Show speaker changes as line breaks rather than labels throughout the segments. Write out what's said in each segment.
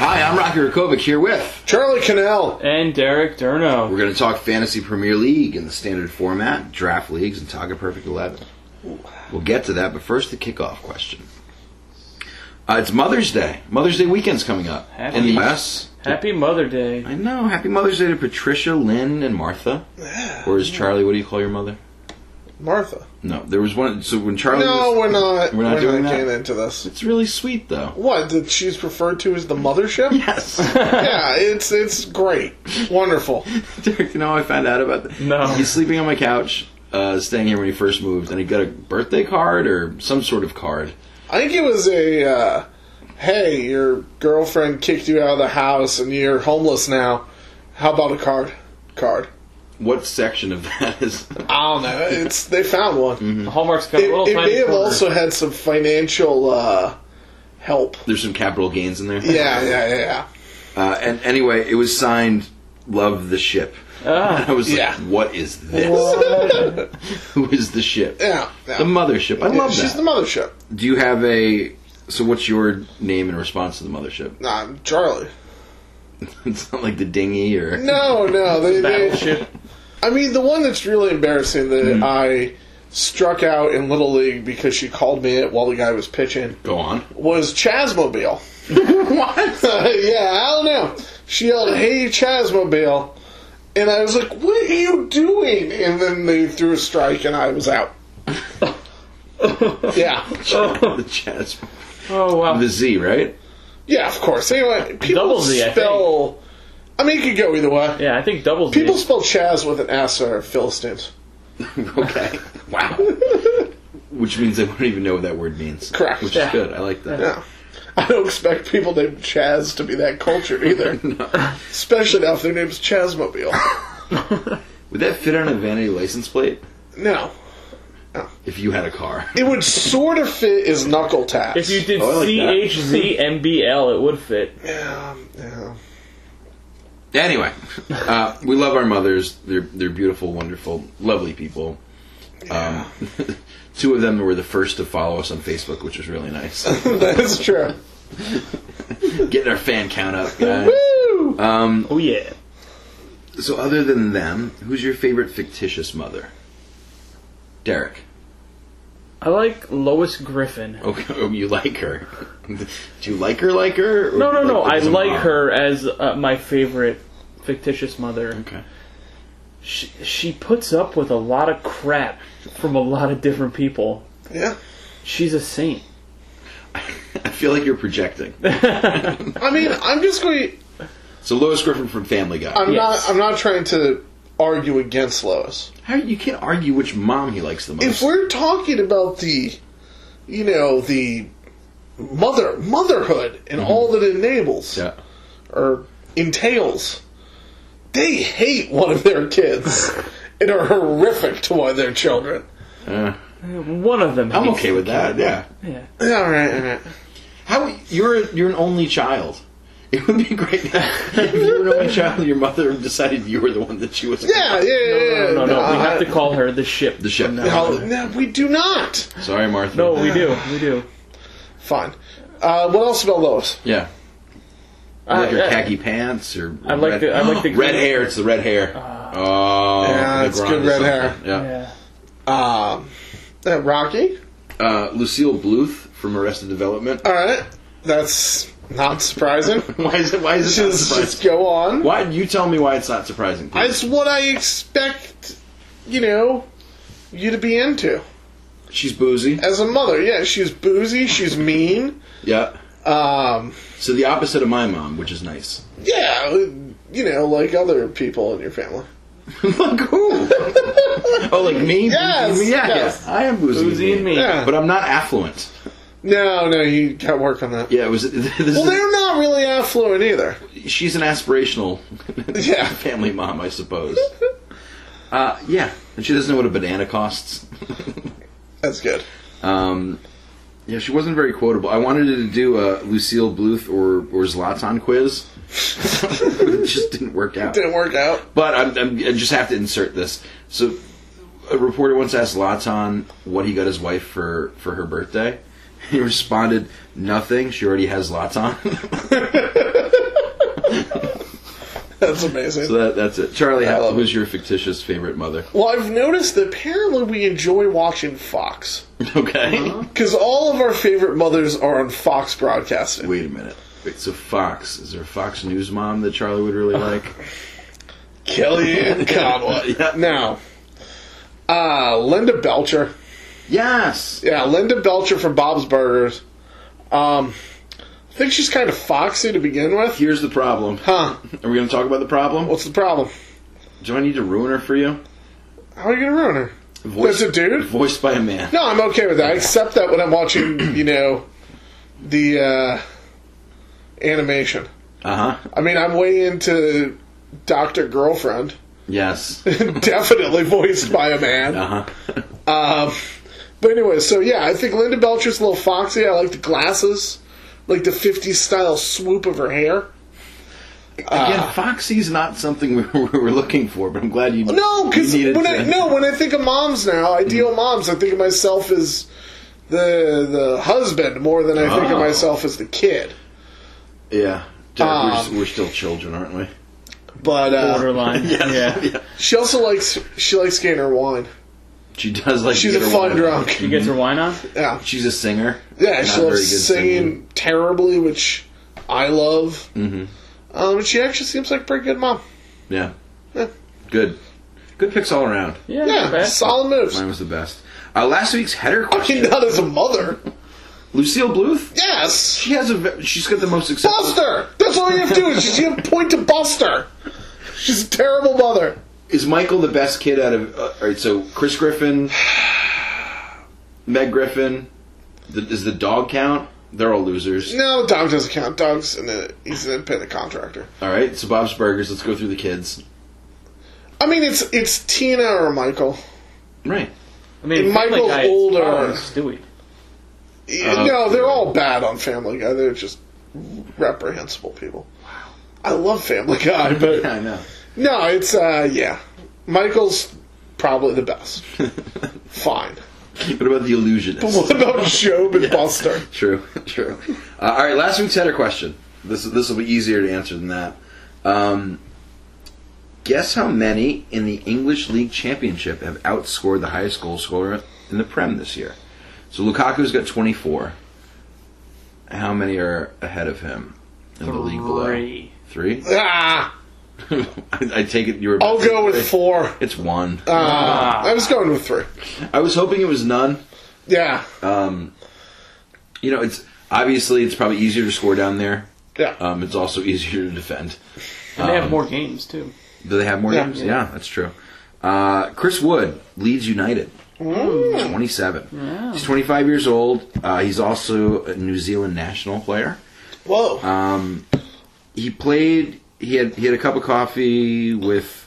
Hi, I'm Rocky Rakovic here with.
Charlie Cannell.
And Derek Durno.
We're going to talk Fantasy Premier League in the standard format, draft leagues, and Target Perfect 11. We'll get to that, but first the kickoff question. Uh, it's Mother's Day. Mother's Day weekend's coming up in the
Happy-
U.S.
Happy Mother Day.
I know. Happy Mother's Day to Patricia, Lynn, and Martha. Or is Charlie, what do you call your mother?
Martha.
No, there was one. So when Charlie.
No,
was-
we're not.
We're not doing that?
getting into this.
It's really sweet, though.
What? That she's referred to as the mothership?
Yes.
yeah, it's it's great, wonderful.
Derek, you know how I found out about that?
No.
He's sleeping on my couch, uh, staying here when he first moved, and he got a birthday card or some sort of card.
I think it was a. Uh, hey, your girlfriend kicked you out of the house and you're homeless now. How about a card? Card.
What section of that is.
I don't know. It's they found one.
Mm-hmm.
Hallmark's got a little
It, it
tiny
may have
corner.
also had some financial uh, help.
There's some capital gains in there.
Yeah, yeah, yeah, yeah.
Uh, and anyway, it was signed Love the Ship. And I
Ah,
was like,
Yeah.
what is this? Who is the ship?
yeah, yeah.
The mothership. I love
She's
that.
the mothership.
Do you have a. So what's your name in response to the mothership?
Nah, I'm Charlie.
it's not like the dinghy or.
No, no. They, they,
battleship.
I mean, the one that's really embarrassing that
Mm-hmm.
I struck out in Little League because she called me it while the guy was pitching
Go on.
was Chasmobile. what? yeah, I don't know. She yelled, "Hey, Chasmobile!" And I was like, "What are you doing?" And then they threw a strike, and I was out. yeah,
the chess.
Oh, wow.
The Z, right?
yeah, of course. Anyway, people
Double Z, I think.
spell. I mean, it could go either way.
Yeah, I think double
People
D.
spell Chaz with an S or Philistines.
Okay. Wow. Which means they won't even know what that word means.
Correct.
Which is
Yeah.
good. I like that.
Yeah. I don't expect people named Chaz to be that cultured either. Especially now if their name's Chazmobile.
Would that fit on a vanity license plate
No.
if you had a car?
It would sort of fit as knuckle taps.
If you did
Oh, I like
C
that.
H Z M B L, it would fit.
Yeah, yeah.
Anyway, uh, we love our mothers. They're they're beautiful, wonderful, lovely people. Um, two of them were the first to follow us on Facebook, which was really nice.
That is true.
Getting our fan count up, guys.
Woo!
Um,
Oh, yeah.
so, other than them, who's your favorite fictitious mother? Derek.
I like Lois Griffin.
Okay, oh, you like her. Do you like her? Like her? or
No,
do
no,
you
no.
her
I
as a
like
mom?
her as uh, my favorite fictitious mother.
Okay.
She, she puts up with a lot of crap from a lot of different people.
Yeah.
She's a saint.
I feel like you're projecting.
I mean, I'm just going.
So Lois Griffin from Family Guy.
I'm
Yes.
not. I'm not trying to argue against Lois.
How you can't argue which mom he likes the most.
If we're talking about the, you know, the mother motherhood and all that it enables,
yeah.
or entails. They hate one of their kids and are horrific to one of their children.
Uh,
One of them.
I'm
hates
okay with that. Yeah.
Yeah.
All right, all right.
How you're you're an only child. It would be great if you were an only child. Your mother decided you were the one that she was.
Yeah, yeah, yeah.
No, no, no. We have to
I-
call her the ship.
The ship.
No, no, we do not.
Sorry, Martha.
No, Oh, we do. We do.
Fine. Uh, what else about Lois?
Yeah.
Uh,
I
like your
I-
khaki pants or.
Uh, I like
red,
the- I like the- Uh,
red hair. It's the red hair. oh,
Yeah, it's
Legrand or
good red
something. Yeah.
Yeah.
Um, uh, Rocky.
Uh, Lucille Bluth from Arrested Development.
All right, that's not surprising.
Why is it? Why is it? not
just,
surprising?
just go on.
Why you tell me why it's not surprising? please.
It's what I expect. You know, you to be into
She's boozy.
as a mother. Yeah, she's boozy. She's mean.
Yeah.
Um,
So the opposite of my mom, which is nice.
yeah, you know, like other people in your family.
like who? oh, like me?
Yes,
yeah,
yes.
yeah. I am boozy,
Boozy and me.
Yeah.
But I'm not affluent.
No, no, you got work on that.
Yeah, it was. This
Well,
is,
they're not really affluent either.
she's an aspirational
Yeah.
family mom, I suppose. uh, yeah, and she doesn't know what a banana costs.
That's good.
Um, yeah, she wasn't very quotable. I wanted her to do a Lucille Bluth or, or Zlatan quiz. it just didn't work out.
Didn't work out.
But I'm, I'm, I just have to insert this. So, a reporter once asked Latan what he got his wife for, for her birthday. He responded, "Nothing. She already has Latan."
That's amazing.
so that, that's it. Charlie, how,
love
who's your fictitious favorite mother?
well, I've noticed that apparently we enjoy watching Fox.
Okay.
Because all of our favorite mothers are on Fox broadcasting.
Wait a minute. Wait, so Fox is there a Fox News mom that Charlie would really like?
Kellyanne Conway.
Yeah.
Now, uh, Linda Belcher.
yes.
Yeah, Linda Belcher from Bob's Burgers. Um, I think she's kind of foxy to begin with.
Here's the problem.
Huh.
Are we going to talk about the problem?
What's the problem?
Do I need to ruin her for you?
How are you going to ruin her?
Voice,
That's a dude?
Voiced by a man.
No, I'm okay with that. I accept that when I'm watching, you know, the uh, animation.
Uh huh.
I mean, I'm way into Dr. Girlfriend.
Yes.
Definitely voiced by a man.
Uh huh.
Um, but anyway, so yeah, I think Linda Belcher's a little foxy. I like the glasses, like the 50s style swoop of her hair.
Again, Foxy's not something we were, we were looking for, but I'm glad you
No, because
you needed
when I
to- Mm-hmm.
no when I think of moms now, ideal moms, I think of myself as the the husband more than I think of
Oh.
myself as the kid.
yeah, Derek, we're, just,
Um,
we're still children, aren't we?
But uh,
Borderline. yeah.
she also likes she likes getting her wine.
She does like.
She's
to
a
get
fun
along.
drunk.
She gets her wine on.
Yeah,
She's a singer.
yeah,
Not
she
very good
loves singing terribly, which I love.
Mhm.
Um, she actually seems like a pretty good mom.
Yeah.
Yeah.
Good. Good picks all around.
Yeah. not
Yeah,
bad.
solid moves.
Mine was the best. Uh, last week's header question.
Not as a mother.
Lucille Bluth.
Yes.
She has a. ve- She's got the most successful.
Buster! That's all you have to do is just you have to point to Buster. She's a terrible mother.
Is Michael the best kid out of? Uh, all right, so Chris Griffin, Meg Griffin. The, is the dog count? They're all losers.
No, the dog doesn't count. Dog's and he's an independent contractor.
All right, so Bob's Burgers. Let's go through the kids.
I mean, it's it's Tina or Michael.
Right.
I mean,
Michael's
Family Guy is
older.
Colin Stewie.
Uh,
Y- no, they're all bad on Family Guy. They're just reprehensible people. Wow. I love Family Guy, but
Yeah, I know.
no, it's uh yeah, Michael's probably the best. Fine.
What about the illusionist?
What about Job and Buster?
true, true. Uh, all right, last week's header question. This this will be easier to answer than that. Um, guess how many in the English League Championship have outscored the highest goal scorer in the Prem this year? So Lukaku's got 24. How many are ahead of him in the league below?
Three.
Three.
Ah,
I, I take it you were.
I'll go with four.
It's one. Ah.
Uh, I was going with three.
I was hoping it was none.
Yeah,
Um, you know, it's obviously it's probably easier to score down there.
yeah.
Um, it's also easier to defend.
And they
Um,
have more games too.
Do they have more
Yeah.
games? Yeah, that's true. Uh, Chris Wood, Leeds United,
Mm.
twenty-seven. He's twenty-five years old. Uh, he's also a New Zealand national player.
Whoa.
Um, he played. He had he had a cup of coffee with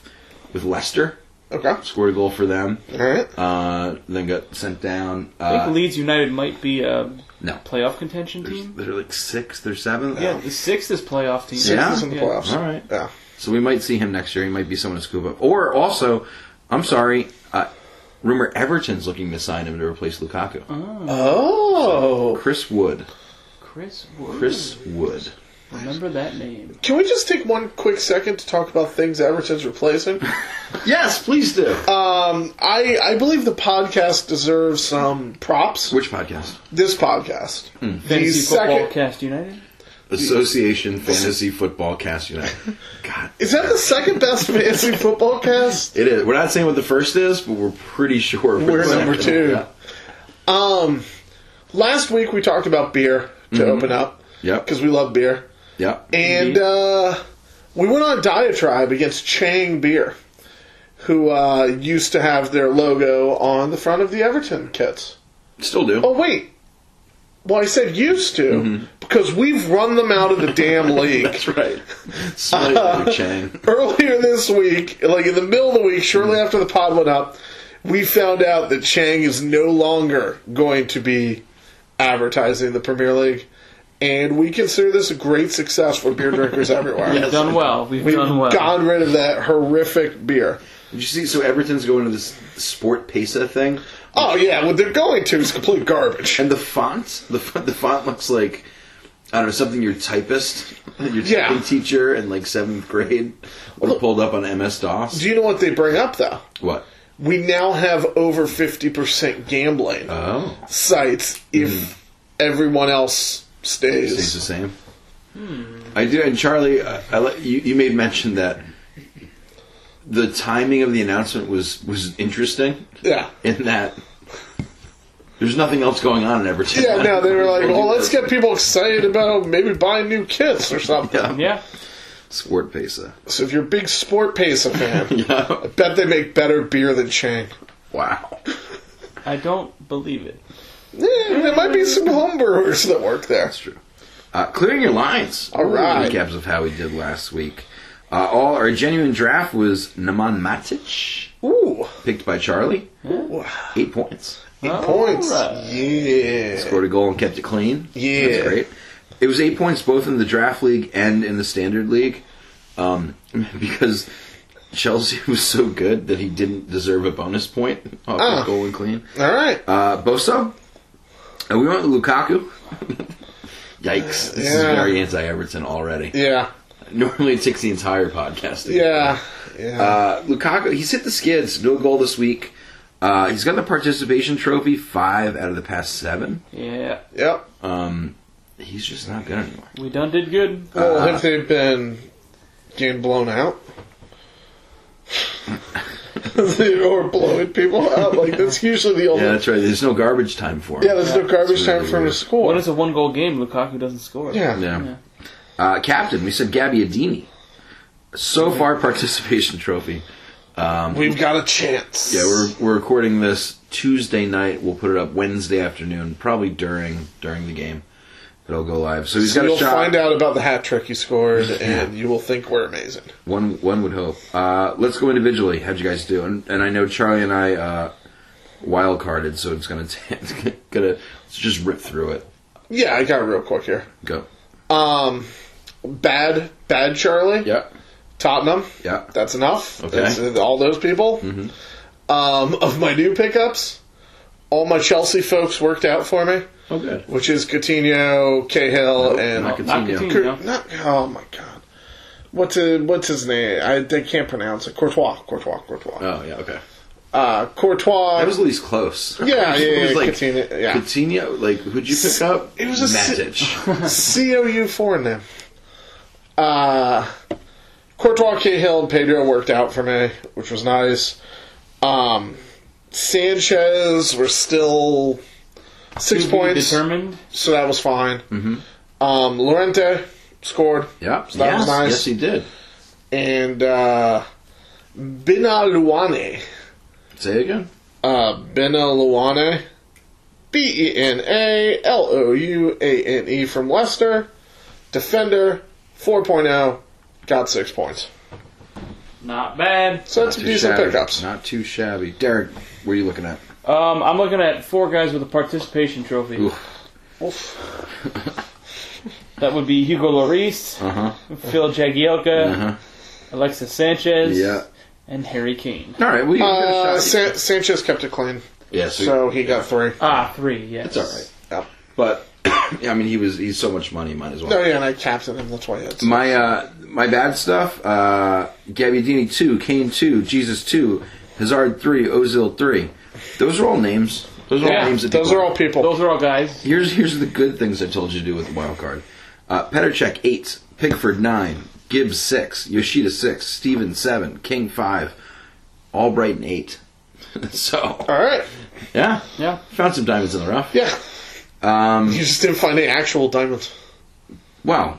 with Leicester.
okay.
Scored a goal for them.
All right.
Uh, then got sent down.
I think
Uh,
Leeds United might be a
no,
playoff contention team.
they're like sixth or seventh.
Yeah, the sixth is playoff team.
Yeah.
This is in the playoffs.
All right.
Yeah.
So we might see him next year. He might be someone to scoop up. Or also, I'm sorry, uh, rumor Everton's looking to sign him to replace Lukaku.
Oh.
Chris Wood.
Chris Wood.
Chris Wood.
Remember that name.
Can we just take one quick second to talk about things Everton's replacing?
Yes, please do.
um, I I believe the podcast deserves some props.
Which podcast?
This podcast.
Fantasy
He's
Football
second.
Cast United.
Association Fantasy Football Cast United. God.
Is that the second best fantasy football cast?
It is. We're not saying what the first is, but we're pretty sure
We're number two.
Yeah.
Um, last week we talked about beer to open up.
Yep.
because we love beer.
Yep.
And uh, we went on a diatribe against Chang Beer, who uh, used to have their logo on the front of the Everton kits.
Still do.
Oh, wait. Well, I said used to because we've run them out of the damn league.
That's right. Smell uh, Chang.
Earlier this week, like in the middle of the week, shortly after the pod went up, we found out that Chang is no longer going to be advertising the Premier League. And we consider this a great success for beer drinkers everywhere.
We've done well. We've,
We've
done well.
gotten rid of that horrific beer.
Did you see? So Everton's going to this sport Pesa thing,
Oh yeah, what they're going to is complete garbage.
and the font, the font, the font looks like I don't know something your typist, your
Yeah.
typing teacher in like seventh grade would have pulled up on MS DOS.
Do you know what they bring up though?
what?
We now have over fifty percent gambling
Oh,
sites if everyone else stays.
Mm. stays the same. Hmm. I do, and Charlie, uh, I let, you you made mention that the timing of the announcement was was interesting
Yeah.
in that. There's nothing else going on in Everton.
Yeah, no, they were like,
We'll do
well, let's
this.
get people excited about maybe buying new kits or something.
Yeah.
Sport Pesa.
So if you're a big Sport Pesa fan,
Yeah.
bet they make better beer than Chang.
Wow.
I don't believe it.
Yeah, there might be some home brewers that work there.
That's true. Uh, clearing your lines.
All right.
Recaps of how we did last week. Uh, all our genuine draft was Naman Matic,
Ooh,
picked by Charlie.
Ooh.
Eight points.
eight
All
points.
right.
Yeah.
Scored a goal and kept it clean.
Yeah.
That's great. It was eight points both in the draft league and in the standard league um, because Chelsea was so good that he didn't deserve a bonus point off
Ah.
his goal and clean.
All right.
Uh, Bosa. Uh, we went with Lukaku. Yikes. This is
Yeah.
very anti Everton already.
Yeah.
Normally, it takes the entire podcast. to-
Yeah. Yeah.
Uh, Lukaku, he's hit the skids. No goal this week. Uh, he's got the participation trophy five out of the past seven.
Yeah.
yep.
Um, he's just not good anymore.
We done did good.
Well,
uh,
if they've been getting blown out. or blowing people out. Like, that's usually the only.
Yeah, that's right. There's no garbage time for him.
Yeah, there's no garbage time for him to
weird.
score.
When it's a one goal game, Lukaku doesn't score.
yeah.
Yeah. Uh, captain, we said Gabbiadini. So far, participation trophy.
We've got a chance.
Yeah, we're we're recording this Tuesday night. We'll put it up Wednesday afternoon, probably during during the game. It'll go live. So he's
So
got
you'll
a shot.
find out about the hat trick you scored, and you will think we're amazing.
One one would hope. Uh, let's go individually. How'd you guys do? And, and I know Charlie and I uh, wild carded, so it's gonna t- it's gonna let's just rip through it.
Yeah, I got it real quick here.
Go.
Um, bad, bad Charlie.
Yeah.
Tottenham.
Yeah.
That's enough.
Okay. Mm-hmm.
That's, uh, all those people. Um, of my new pickups, all my Chelsea folks worked out for me,
Okay.
which is Coutinho, Cahill,
Nope,
and
not Coutinho.
Not
Coutinho.
Coutinho.
Not, oh my god. What's his, what's his name? I they can't pronounce it. Courtois, Courtois, Courtois.
Oh yeah. Okay.
Uh, Courtois.
That was at least close.
Yeah, yeah,
It was
yeah,
like
Coutinho, yeah.
Coutinho, Like who'd you pick up?
It was a si-
Matic.
COU four in them. Uh, Courtois, Cahill, and Pedro worked out for me, which was nice. Um, Sanchez were still six
To be
points,
Determined.
so that was fine. Um, Lorente scored,
Mm-hmm. yeah.
So that was
yes,
nice.
Yes, he did.
and uh, Benaluane.
Say it again.
Uh, Benaluane. B E N A L O U A N E from Leicester. Defender 4.0. Got six points.
Not bad.
So that's
Too
decent
shabby.
pickups.
Not too shabby. Derek, what are you looking at?
Um, I'm looking at four guys with a participation trophy.
Oof.
Oof.
That would be Hugo Lloris,
Uh
Uh-huh.
huh.
Phil Jagielka,
Uh-huh.
Alexis Sanchez,
Yeah.
and Harry Kane.
All right. Well, you
Uh,
got a shot.
San- Sanchez kept it clean,
yeah. So,
so he got three.
Ah, three.
it's
Yes.
all right.
Yep.
But yeah, I mean, he was he's so much money, might as well.
No, yeah, and I captained him. That's why it's.
My uh, my bad stuff. Uh, Gabbiadini two, Kane two, Jesus two, Hazard three, Ozil three. Those are all names. Those are all
Yeah,
names. That
Those
people-
are all people.
Those are all guys.
Here's here's the good things I told you to do with the wild card. Uh, Petacek eight, Pickford nine, Gibbs six, Yoshida six, Steven seven, King five, Albrighton eight. so
All right.
yeah,
Yeah.
found some diamonds in the rough.
Yeah.
Um,
You just didn't find any actual diamonds.
Well,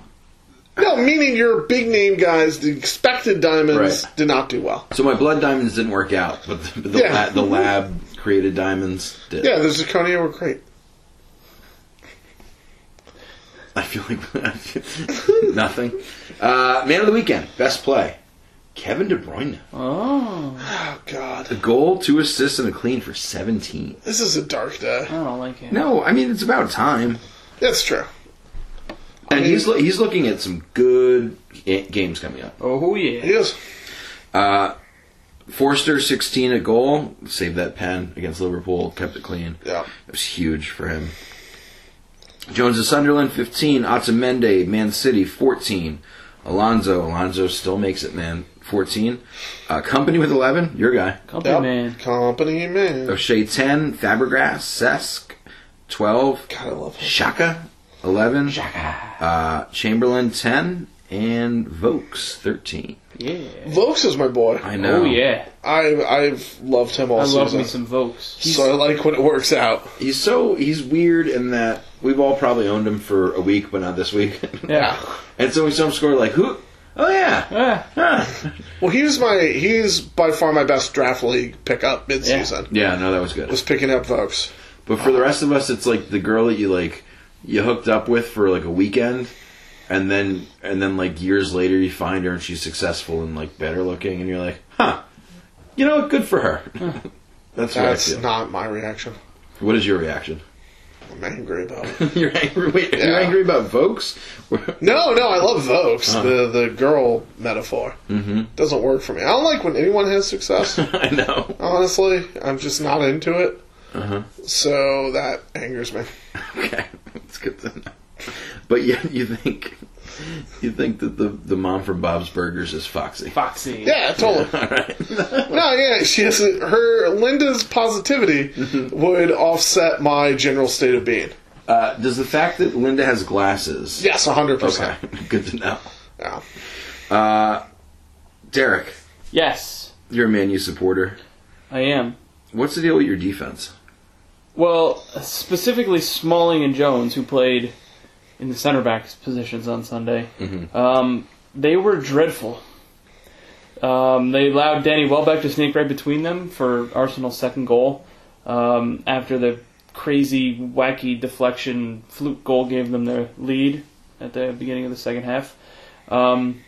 No, meaning your big name guys, the expected diamonds
Right.
did not do well.
so my blood diamonds didn't work out, but the, but the,
Yeah.
la- the lab created diamonds did.
Yeah, the zirconia were great.
I feel like I feel- nothing. Uh, man of the weekend, best play, Kevin De Bruyne.
Oh,
Oh
A
God,
goal, two assists, and a clean for 17.
this is a dark day.
I don't like him.
No, I mean it's about time.
That's true.
And
mean-
he's lo- he's looking at some good ga- games coming up.
Oh
He
yeah.
is.
Uh, Forster 16 a goal, saved that pen against Liverpool, kept it clean.
Yeah.
It was huge for him. Jones of Sunderland 15, Otamendi Man City 14, Alonso Alonso still makes it man 14, uh, Company with 11, your guy.
Company
Yep.
man.
Company man.
O'Shea 10, Fabregas, Sesk 12,
God, I love him.
Shaka 11, Shaka. Uh, Chamberlain 10, and Vokes 13.
Yeah.
Vokes is my boy.
I know.
Oh yeah.
I I've loved him all
I
season.
love me some Vokes. He's-
so I like when it works out.
He's so he's weird in that we've all probably owned him for a week, but not this week.
yeah.
and so we some score like who? Oh yeah,
Ah,
Huh.
Well, he was my he's by far my best draft league pickup midseason.
yeah. No, that was good.
Was picking up Vokes.
But for the rest of us, it's like the girl that you like you hooked up with for like a weekend, and then and then like years later you find her and she's successful and like better looking, and you're like, huh, you know, what? good for her. That's what I
That's
feel.
not my reaction.
what is your reaction?
I'm angry about it.
you're angry. Wait, you're
Yeah.
angry about Vokes?
No, no, I love
Uh-huh.
Vokes, the the girl metaphor. Mm-hmm. Doesn't work for me. I don't like when anyone has success.
I know.
honestly, I'm just not into it.
Uh-huh.
So that angers me.
Okay, it's good to know. But yet you think you think that the the mom from Bob's Burgers is Foxy.
Foxy.
Yeah, totally.
All right.
No, yeah, she has a, her Linda's positivity would offset my general state of being.
Uh, does the fact that Linda has glasses?
Yes, hundred
Okay,
percent.
good to know.
Yeah.
Uh, Derek,
Yes,
you're a Man U supporter.
I am.
What's the deal with your defense?
Well, specifically Smalling and Jones, who played in the center back positions on Sunday, um, they were dreadful. Um, they allowed Danny Welbeck to sneak right between them for Arsenal's second goal um, after the crazy, wacky deflection fluke goal gave them their lead at the beginning of the second half. Um,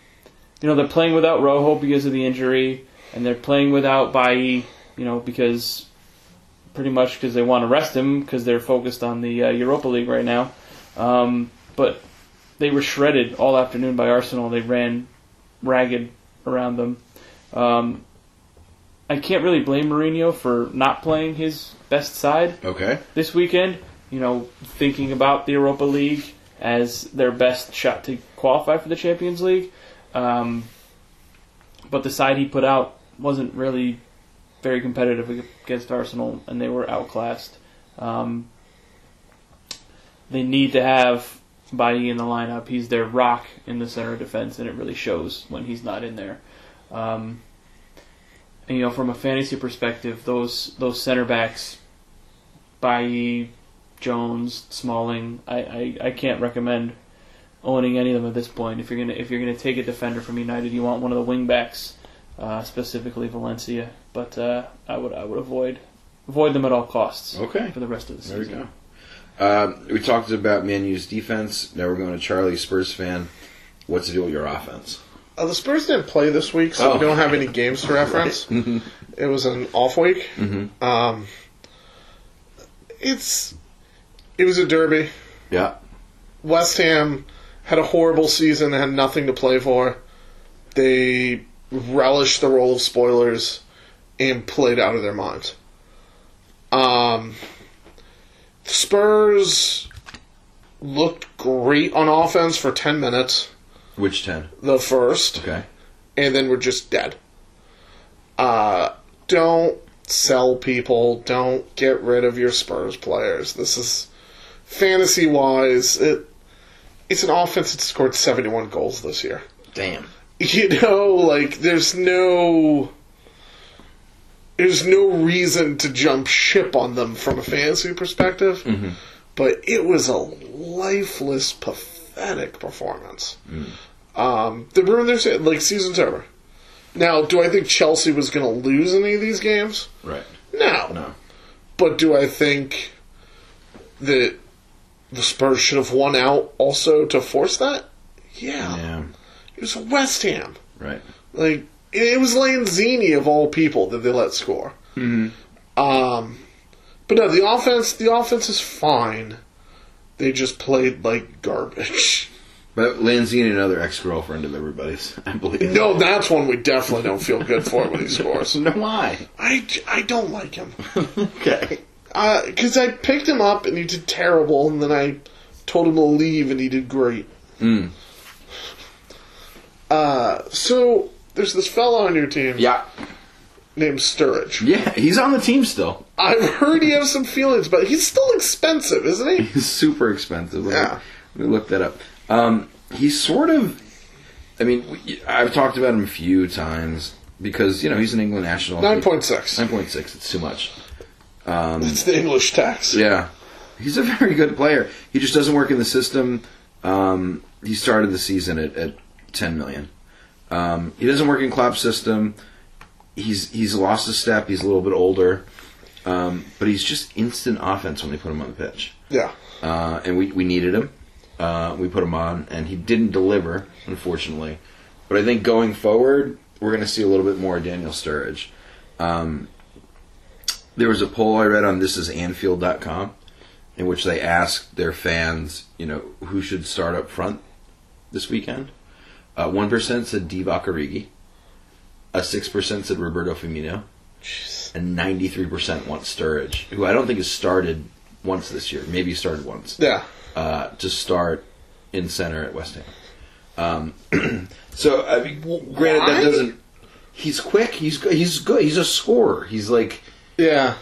you know, they're playing without Rojo because of the injury, and they're playing without Bailly, you know, because pretty much because they want to rest him because they're focused on the uh, Europa League right now. Um, but they were shredded all afternoon by Arsenal. They ran ragged around them. Um, I can't really blame Mourinho for not playing his best side
Okay.
this weekend, you know, thinking about the Europa League as their best shot to qualify for the Champions League. Um, but the side he put out wasn't really very competitive against Arsenal, and they were outclassed. Um, they need to have Bailly in the lineup. He's their rock in the center of defense, and it really shows when he's not in there. Um, and, you know, from a fantasy perspective, those those center backs Baye, Jones, Smalling. I, I, I can't recommend owning any of them at this point. If you're gonna if you're gonna take a defender from United, you want one of the wingbacks, uh, specifically Valencia. But uh, I would I would avoid avoid them at all costs.
Okay.
For the rest of the
There we
season.
go. Um, we talked about Man U's defense. Now we're going to Charlie, Spurs fan. What's the deal with your offense?
Uh, the Spurs didn't play this week,
Oh.
so we don't have any games to reference. It was an off week.
Mm-hmm.
Um, it's it was a derby.
Yeah.
West Ham had a horrible season and had nothing to play for. They relished the role of spoilers and played out of their minds. Um, Spurs looked great on offense for 10 minutes,
Which ten?
the first,
Okay.
and then were just dead. Uh, don't sell people. Don't get rid of your Spurs players. This is fantasy wise. It it's an offense that scored seventy one goals this year.
Damn.
You know, like there's no there's no reason to jump ship on
Mm-hmm.
them from a fantasy perspective. But it was a lifeless, pathetic pathetic performance.
Mm.
Um, they ruined their se- like season's over. Now, do I think Chelsea was going to lose any of these games?
Right.
No.
No.
But do I think that the Spurs should have won out also to force that? Yeah.
Yeah.
It was West Ham.
Right.
Like it, it was Lanzini of all people that they let score.
Mm-hmm.
Um, but no, the offense the offense is fine. They just played like garbage.
But Lanzini, another ex-girlfriend of everybody's, I believe.
No, that's one we definitely don't feel good for when he scores.
No, why?
I, j- I don't like him.
okay.
Because I picked him up and he did terrible, and then I told him to leave and he did great.
Mm.
Uh, so there's this fellow on your team
Yeah.
named Sturridge.
Yeah. He's on the team still.
I've heard he has some feelings, but he's still expensive, isn't he?
He's super expensive. Let me-
Yeah.
Let me look that up. Um, he's sort of. I mean, we- I've talked about him a few times because you know he's an England national.
Nine point six.
Nine point six. It's too much.
It's the English tax.
Yeah, he's a very good player. He just doesn't work in the system. Um, he started the season at, at ten million. Um, he doesn't work in Klopp's system. He's he's lost a step. He's a little bit older, um, but he's just instant offense when they put him on the pitch.
Yeah.
Uh, and we we needed him. Uh, we put him on, and he didn't deliver, unfortunately. But I think going forward, we're going to see a little bit more Daniel Sturridge. Um, there was a poll I read on thisisanfield.com in which they asked their fans, you know, who should start up front this weekend. Uh, One said Divock Origi. A six percent said Roberto Firmino, and ninety-three percent want Sturridge, who I don't think has started once this year. Maybe he started once
Yeah.
uh, to start in center at West Ham. Um, so, I mean, granted,
Why?
that doesn't. He's quick. He's go- he's good. He's a scorer. He's like
Yeah.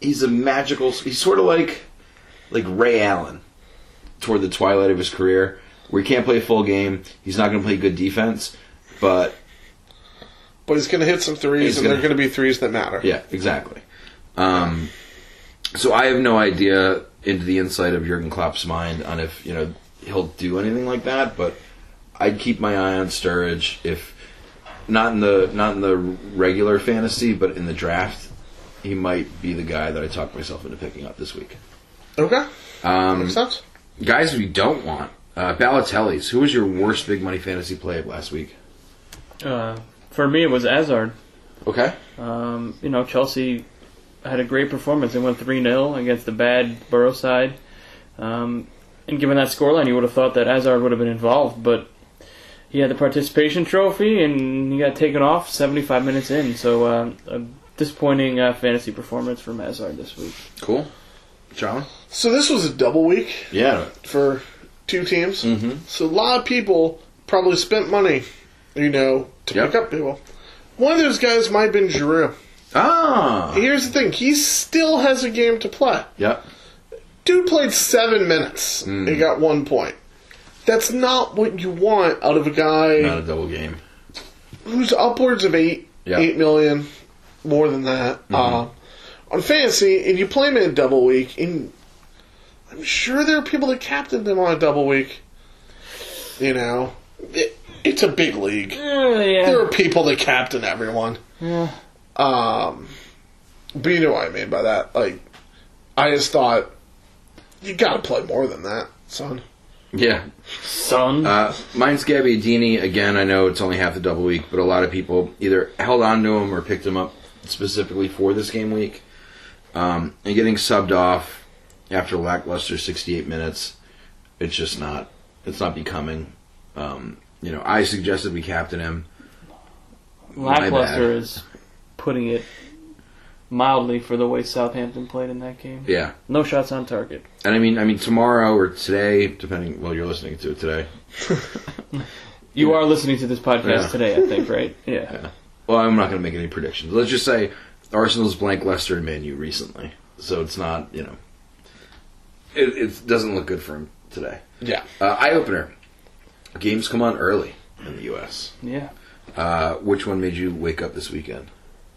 he's a magical. He's sort of like like Ray Allen toward the twilight of his career, where he can't play a full game. He's not going to play good defense, but
But he's going to hit some threes,
He's
and
gonna-
they're going to be threes that matter.
Yeah, exactly. Um, so I have no idea into the inside of Jurgen Klopp's mind on if you know he'll do anything like that, but I'd keep my eye on Sturridge if not in the not in the regular fantasy, but in the draft, he might be the guy that I talk myself into picking up this week.
Okay. Um, Makes sense.
Guys, we don't want uh, Balotelli's. Who was your worst big money fantasy play of last week?
Uh, for me, it was Azard.
Okay,
Um, you know, Chelsea had a great performance. They went 3 0 against the bad Borough side. Um, and given that scoreline, you would have thought that Azard would have been involved, but he had the participation trophy and he got taken off 75 minutes in. So, uh, a disappointing uh, fantasy performance from Azard this week.
cool, John.
So this was a double week
Yeah,
for two teams. Mm-hmm. So a lot of people probably spent money, you know, to
Yep.
pick up people. One of those guys might have been Giroud.
ah,
Here's the thing: he still has a game to play.
yep.
Dude played seven minutes and got one point. That's not what you want out of a guy
Not a double game.
who's upwards of eight,
Yeah.
eight million, more than that. Uh, on fantasy, and you play him in a double week, and I'm sure there are people that captained him on a double week. You know, it, it's a big league. There are people that captain everyone.
Yeah.
Um, but you know what I mean by that. Like, I just thought you got to play more than that, son.
Yeah,
Son.
Uh, mine's Gabbiadini. Again, I know it's only half the double week, but a lot of people either held on to him or picked him up specifically for this game week. Um, and getting subbed off after lackluster 68 minutes, it's just not it's not becoming. Um, you know, I suggested we captain him.
Lackluster
bad.
is putting it mildly for the way Southampton played in that game.
Yeah,
No shots on target.
and I mean, I mean tomorrow or today, depending. Well, you're listening to it today.
You are listening to this podcast
Yeah.
today, I think, right? Yeah.
Well, I'm not going to make any predictions. Let's just say Arsenal's blank Leicester and Man U recently, so it's not you know, it, it doesn't look good for him today.
Yeah.
Uh, Eye opener. Games come on early in the U.S.
Yeah.
Uh, which one made you wake up this weekend?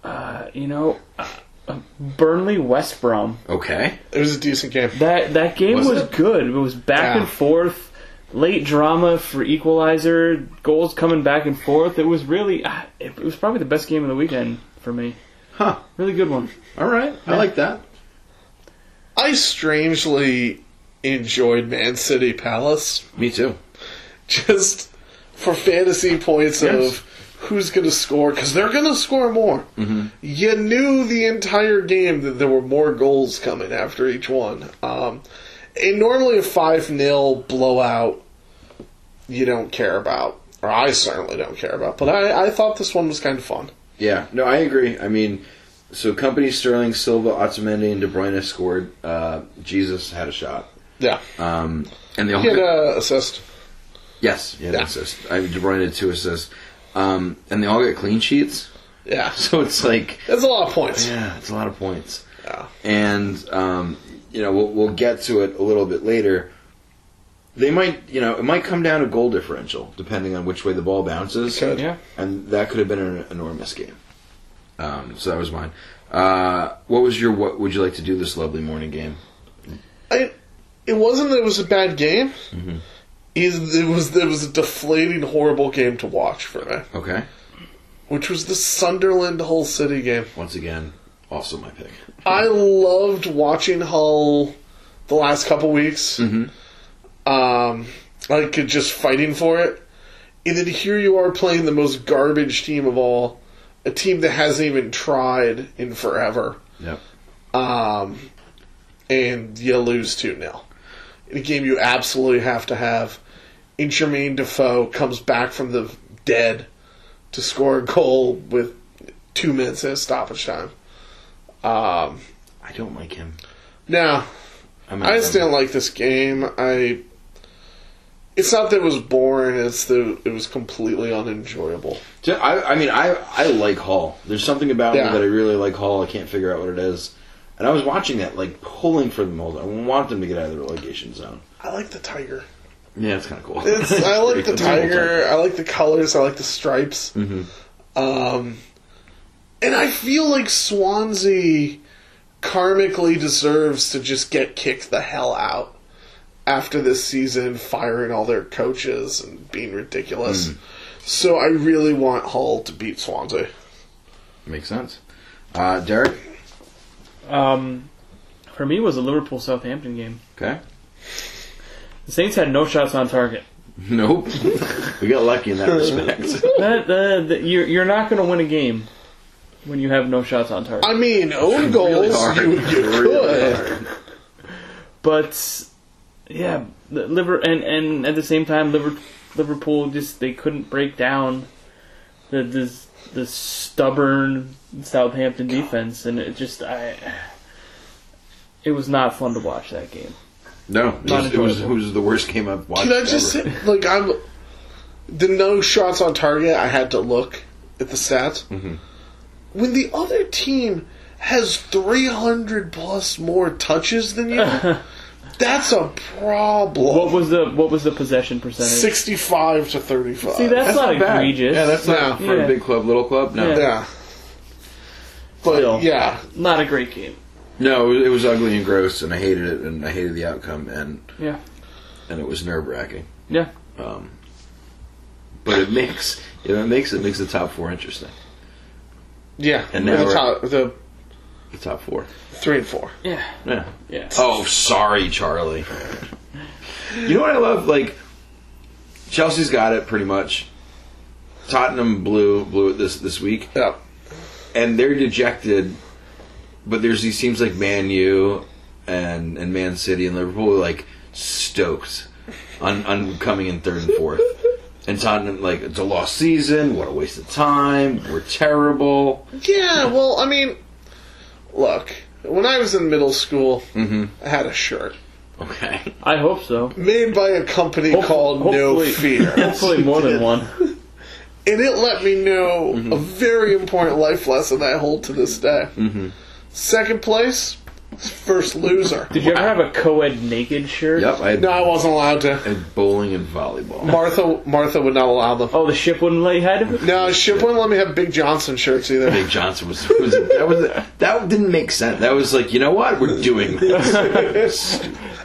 Uh, you know, uh, uh, Burnley West Brom.
Okay,
It was a decent game.
That that game
Was
was,
it?
good. It was back
Yeah.
and forth. late drama for Equalizer, goals coming back and forth. It was really, ah, it was probably the best game of the weekend for me.
Huh.
Really good one.
All right. I like that.
I strangely enjoyed Man City Palace
Me too.
just for fantasy points
Yes.
of who's going to score because they're going to score more.
Mm-hmm.
You knew the entire game that there were more goals coming after each one. Um, and normally a 5 0 blowout you don't care about. Or I certainly don't care about. But I, I thought this one was kind of fun.
Yeah, no, I agree. I mean, so company Sterling, Silva, Otamendi, and De Bruyne scored. Uh, Jesus had a shot.
Yeah.
Um, and the
He had uh,
only
a assist.
yes, he had an
Yeah.
assist. I mean, De Bruyne had two assists, um, and they all got clean sheets.
Yeah.
So it's like,
That's a lot of points.
yeah, it's a lot of points.
Yeah.
And um, you know, we'll, we'll get to it a little bit later. They might, you know, it might come down to goal differential depending on which way the ball bounces.
Could.
Yeah.
and that could have been an enormous game. Um, so that was mine. Uh, what was your what would you like to do this lovely morning game?
I, it wasn't that it was a bad game.
Mm-hmm.
Is- It was it was a deflating, horrible game to watch for me,
Okay,
which was the Sunderland Hull City game.
once again, also my pick.
I loved watching Hull the last couple weeks. Um, like uh, just fighting for it, and then here you are playing the most garbage team of all, a team that hasn't even tried in forever.
Yep.
um, and you lose 2 0. In a game you absolutely have to have. And Jermaine Defoe comes back from the dead to score a goal with two minutes at stoppage time. Um,
I don't like him.
now,
I'm
I just didn't like this game. I. It's not that it was boring, it's that it was completely unenjoyable.
Ju- I, I mean, I I like Hall. There's something about
Yeah.
me that I really like Hall. I can't figure out what it is. And I was watching that, like pulling for them all. I want them to get out of the relegation zone.
I like the tiger.
Yeah, it's kind of cool.
It's, I like the
It's pretty Mm-hmm. cool.
tiger. I like the colors. I like the stripes. Um, and I feel like Swansea karmically deserves to just get kicked the hell out after this season, firing all their coaches and being ridiculous.
Mm.
So I really want Hull to beat Swansea.
Makes sense. Uh, Derek.
Um, for me, it was a Liverpool Southampton game.
Okay.
The Saints had no shots on target.
Nope. we got lucky in that respect.
That, uh, that you're, you're not going to win a game when you have no shots on target.
I mean, own goals
hard.
you, you
Really hard.
could.
But yeah, the liver and and at the same time, liver Liverpool just they couldn't break down the the, the stubborn Southampton defense, and it just I. It was not fun to watch that game.
No, it was, it was, it
enjoyable.
was the worst game I've watched.
Can I just
ever.
say, like I'm the no shots on target? I had to look at the stats.
Mm-hmm.
When the other team has 300 plus more touches than you, that's a problem.
What was the what was the possession percentage?
65 to 35?
See, that's, not,
uh, bad.
egregious.
Yeah, that's not
Yeah.
for
Yeah.
a big club, little club. No,
Yeah.
yeah. But
Still.
yeah,
not a great game.
no, it was ugly and gross, and I hated it, and I hated the outcome, and
Yeah,
and it was nerve wracking.
yeah.
Um, but it makes you know, it makes it makes the top four interesting.
yeah,
And
the,
now we're-
top, the
The top four.
three and four.
Yeah,
Yeah.
yeah.
Oh, sorry, Charlie. you know what I love? Like Chelsea's got it pretty much. Tottenham blew blew it this this week.
Yeah,
and they're dejected. But there's these teams like Man U and and Man City and Liverpool are like stoked on on coming in third and fourth. And Tottenham like it's a lost season. What a waste of time. We're terrible.
yeah. Well, I mean, look, when I was in middle school,
Mm-hmm.
I had a shirt.
Okay.
I hope so.
made by a company
Hopefully-
called No
hopefully-
Fear.
Hopefully, more than one.
And it let me know
Mm-hmm.
a very important life lesson that I hold to this day.
Mm-hmm.
Second place, first loser.
Did you ever have a co-ed naked shirt?
Yep. I had,
No, I wasn't allowed to.
had bowling and volleyball.
Martha Martha would not allow them.
Oh, the ship wouldn't let you have it?
No, ship wouldn't let me have Big Johnson shirts either.
Big Johnson was, was that was that didn't make sense. That was like you know what we're doing this.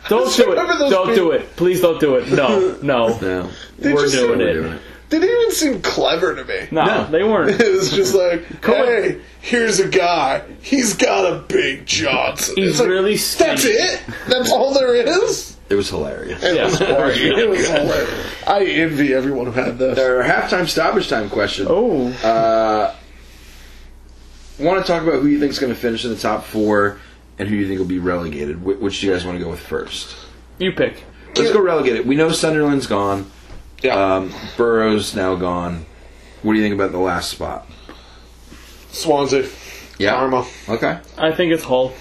Don't do it.
Remember those
Don't do
people-
it. Please don't do it. No, no.
No.
We're
just
doing
We're
it.
doing it.
They didn't even seem clever to me.
No,
No.
they weren't.
It was just like,
on.
hey, here's a guy. He's got a big Johnson.
He's
It's like,
really
That's
skinny.
it. That's all there is.
It was hilarious.
It was
Yeah.
horrible. It was horrible. I envy everyone who had this.
Our halftime stoppage time question.
Oh,
Uh,
want to talk about who you think's going to finish in the top four and who you think will be relegated. Wh- which do you guys want to go with first?
you pick.
Let's go relegated. We know Sunderland's gone. Um, Burrow's now gone. What do you think about the last spot?
Swansea.
Yeah.
Parma.
Okay.
I think it's Hull.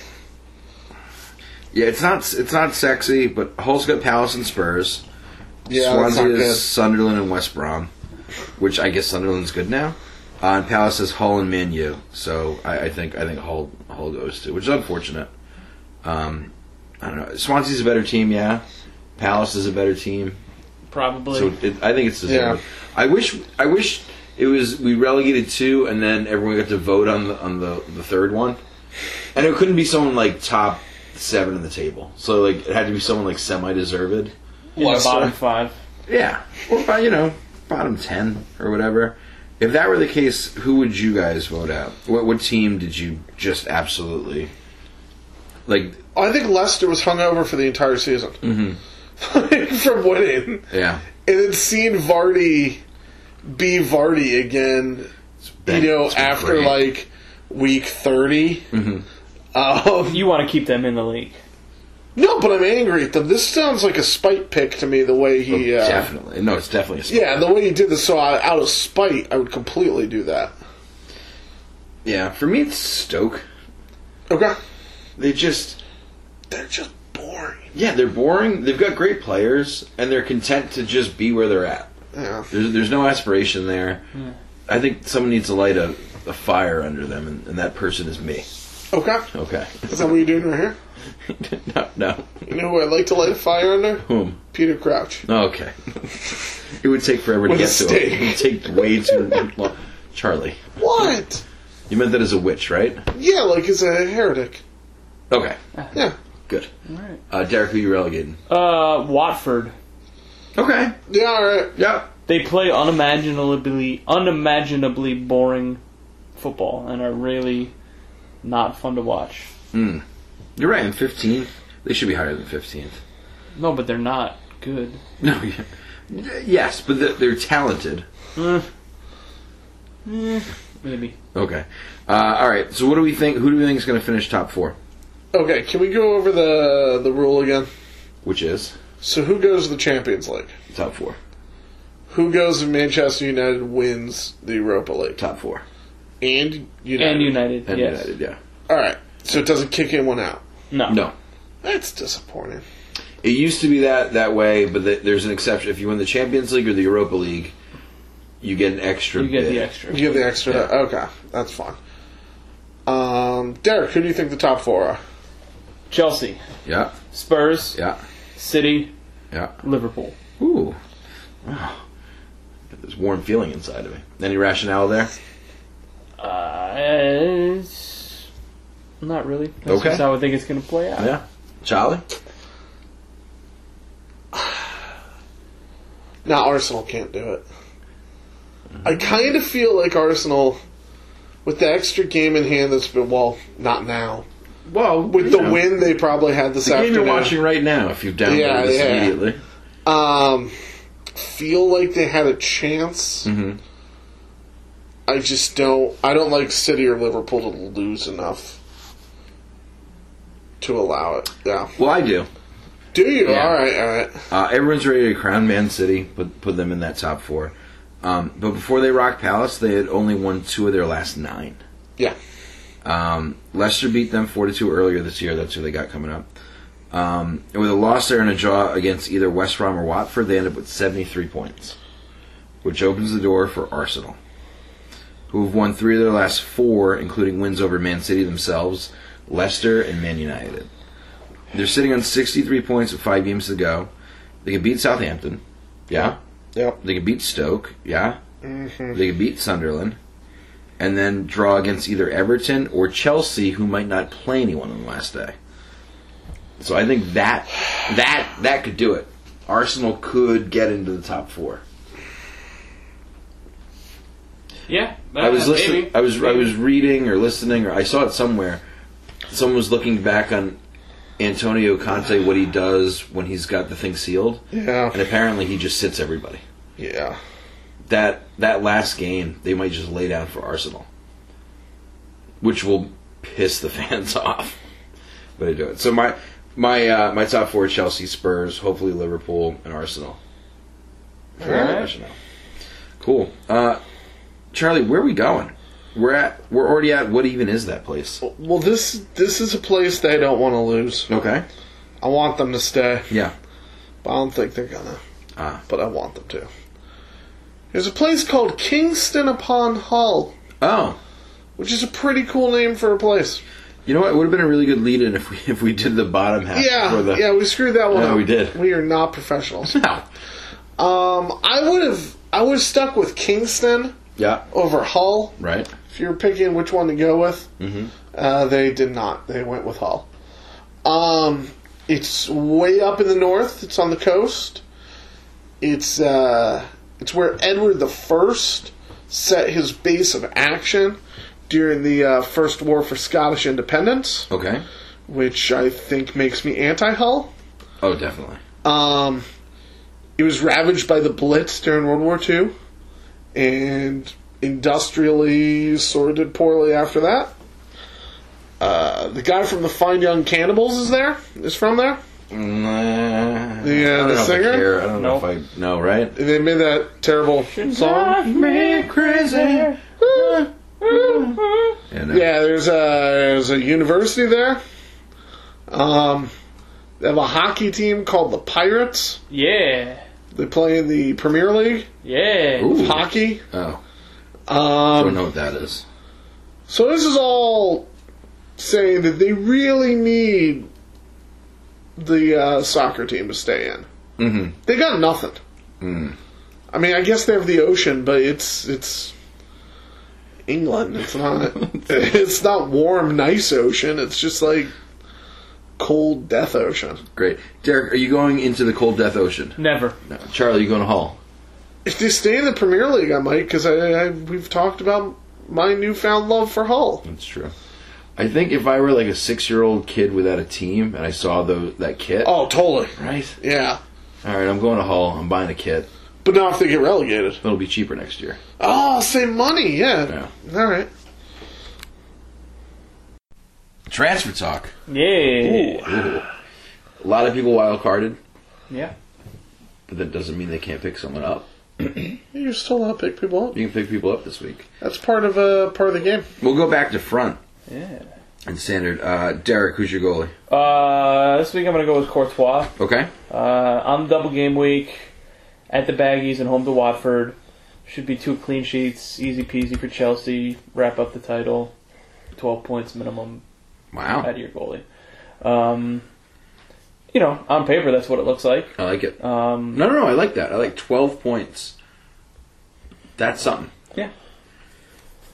Yeah, it's not it's not sexy, but Hull's got Palace and Spurs.
Yeah, that's
Swansea
not
is
good.
Sunderland and West Brom, which I guess Sunderland's good now. Uh, and Palace is Hull and Man U. So I, I think I think Hull Hull goes to, which is unfortunate. Um, I don't know. Swansea's a better team, yeah. Palace is a better team.
Probably.
So it, I think it's deserved. I wish I wish it was we relegated two and then everyone got to vote on the on the, the third one. And it couldn't be someone like top seven in the table. So like it had to be someone like semi deserved.
in the
Leicester.
bottom five.
Yeah. Or by you know, bottom ten or whatever. If that were the case, who would you guys vote out? What what team did you just absolutely like
I think Leicester was hungover for the entire season mm-hmm. from winning,
yeah.
and then seeing Vardy be Vardy again.
been-
you know,
it's been
after
great.
like week 30 Um,
You want to keep them in the league.
no, but I'm angry at them. This sounds like a spite pick to me. The way he, uh,
Definitely. No, it's definitely a spot.
yeah, the way he did this. So I, out of spite, I would completely do that.
yeah. For me it's Stoke.
Okay,
They just
they're just boring.
Yeah, they're boring. They've got great players, and they're content to just be where they're at.
Yeah.
There's, there's no aspiration there. I think someone needs to light a, a fire under them, and, and that person is me.
Okay,
Okay.
is that what you're doing right here?
no, no.
You know who I'd like to light a fire under?
Whom?
Peter Crouch.
Oh, okay. it would take forever to
With a
get to it.
steak.
It would take way too long. Charlie,
What?
you meant that as a witch, right?
Yeah, like he's a heretic.
Okay.
Yeah.
Good.
All right.
Uh, Derek, who you relegating?
Uh, Watford.
Okay.
Yeah, all right.
Yep.
They play unimaginably unimaginably boring football and are really not fun to watch.
You're right. In 15th, they should be higher than 15th.
No, but they're not good.
No, yeah. yes, but they're, they're talented.
Maybe.
Okay. Uh, all right. So, what do we think? Who do we think is going to finish top four?
Okay, can we go over the the rule again?
Which is
So who goes to the Champions League?
top four.
Who goes if Manchester United wins the Europa League?
Top four.
And United.
And United.
And
yes.
United. Yeah.
All right. So it doesn't kick anyone out.
No.
No.
That's disappointing.
It used to be that that way, but th there's an exception. If you win the Champions League or the Europa League, you get an extra.
You get
bid.
the extra.
You get the extra.
Yeah.
Okay, that's fine. Um, Derek, who do you think the top four are?
Chelsea,
Yeah.
Spurs,
Yeah.
City,
Yeah.
Liverpool.
Ooh. Wow. Got this warm feeling inside of me. Any rationale there?
Uh, it's- not really. That's
Okay.
just how I think it's going to play out.
Yeah. Charlie.
Now Arsenal can't do it. I kind of feel like Arsenal, with the extra game in hand that's been well, not now.
Well,
With the win they probably had this
the game
afternoon,
you're watching right now, if you've downloaded
Yeah,
this
yeah.
immediately.
um, feel like they had a chance.
Mhm.
I just don't. I don't like City or Liverpool to lose enough to allow it. Yeah.
Well, I do.
Do you?
Yeah.
All right. All right.
Uh, everyone's ready to crown Man City, put put them in that top four. Um, but before they rocked Palace, they had only won two of their last nine.
Yeah.
Um, Leicester beat them four to two earlier this year. That's who they got coming up. Um, and with a loss there and a draw against either West Brom or Watford, they end up with seventy three points, which opens the door for Arsenal, who have won three of their last four, including wins over Man City themselves, Leicester, and Man United. They're sitting on sixty three points with five games to go. They can beat Southampton. Yeah.
Yep.
They could beat Stoke, yeah. They could beat Sunderland, and then draw against either Everton or Chelsea, who might not play anyone on the last day. So I think that that that could do it. Arsenal could get into the top four.
Yeah,
I was
uh,
listening.
maybe.
I was I
Maybe.
was reading or listening or I saw it somewhere. Someone was looking back on Antonio Conte what he does when he's got the thing sealed, and
Yeah.
apparently he just sits everybody.
Yeah.
That that last game they might just lay down for Arsenal, which will piss the fans off. But I do it. So my my uh, my top four: Chelsea, Spurs, hopefully Liverpool, and Arsenal.
All
right.
Arsenal. Cool. Uh, Charlie, where are we going? We're at. We're already at. What even is that place?
Well, this this is a place they don't want to lose.
Okay.
I want them to stay,
Yeah.
but I don't think they're gonna.
Ah.
But I want them to. There's a place called Kingston upon Hull,
Oh.
which is a pretty cool name for a place.
You know what? It would have been a really good lead-in if we if we did the bottom half.
Yeah,
before the,
yeah, we screwed that one
Yeah,
up.
we did.
We are not professionals.
No.
um, I would have, I would have stuck with Kingston
Yeah.
over Hull
Right.
if you're picking which one to go with. Mm-hmm. Uh, they did not. They went with Hull. Um, it's way up in the north. It's on the coast. It's uh, it's where Edward the First set his base of action during the uh, First War for Scottish Independence,
Okay.
which I think makes me anti-Hull.
Oh, definitely.
Um, it was ravaged by the Blitz during World War II, and industrially sort of did poorly after that. Uh, the guy from the Fine Young Cannibals is there. Is from there.
Yeah.
The, uh, the singer?
I, care. I don't know
Nope.
if I know. Right.
And they made that terrible song.
me crazy.
Yeah, there's a there's a university there. Um, they have a hockey team called the Pirates.
Yeah,
They play in the Premier League
yeah.
Ooh.
hockey.
Oh, I
Um,
don't know what that is.
So this is all saying that they really need the uh, soccer team to stay in.
Mm-hmm.
They got nothing. Mm. I mean, I guess they have the ocean, but it's it's England. It's not it's not warm, nice ocean. It's just like cold death ocean.
Great. Derek, are you going into the cold death ocean?
Never.
No. Charlie, you going to Hull?
If they stay in the Premier League, I might because I, I we've talked about my newfound love for Hull.
That's true. I think if I were like a six-year-old kid without a team and I saw the, that kit,
Oh, totally.
right?
Yeah,
All right, I'm going to Hull. I'm buying a kit.
but not if they get relegated.
It'll be cheaper next year.
Oh, save money.
Yeah.
yeah. All right.
Transfer talk.
Yeah.
Ooh. A lot of people wild carded,
Yeah.
but that doesn't mean they can't pick someone up.
You're still not pick people up.
You can pick people up this week.
That's part of uh, part of the game.
We'll go back to front
Yeah.
and standard. Uh, Derek, who's your goalie?
Uh, this week I'm gonna go with Courtois.
Okay.
Uh, on the double game week, at the Baggies and home to Watford. Should be two clean sheets, easy peasy for Chelsea. Wrap up the title. Twelve points minimum out
Wow.
of your goalie. Um, you know, on paper that's what it looks like.
I like it.
Um,
No, no, no. I like that. I like 12 points. That's something.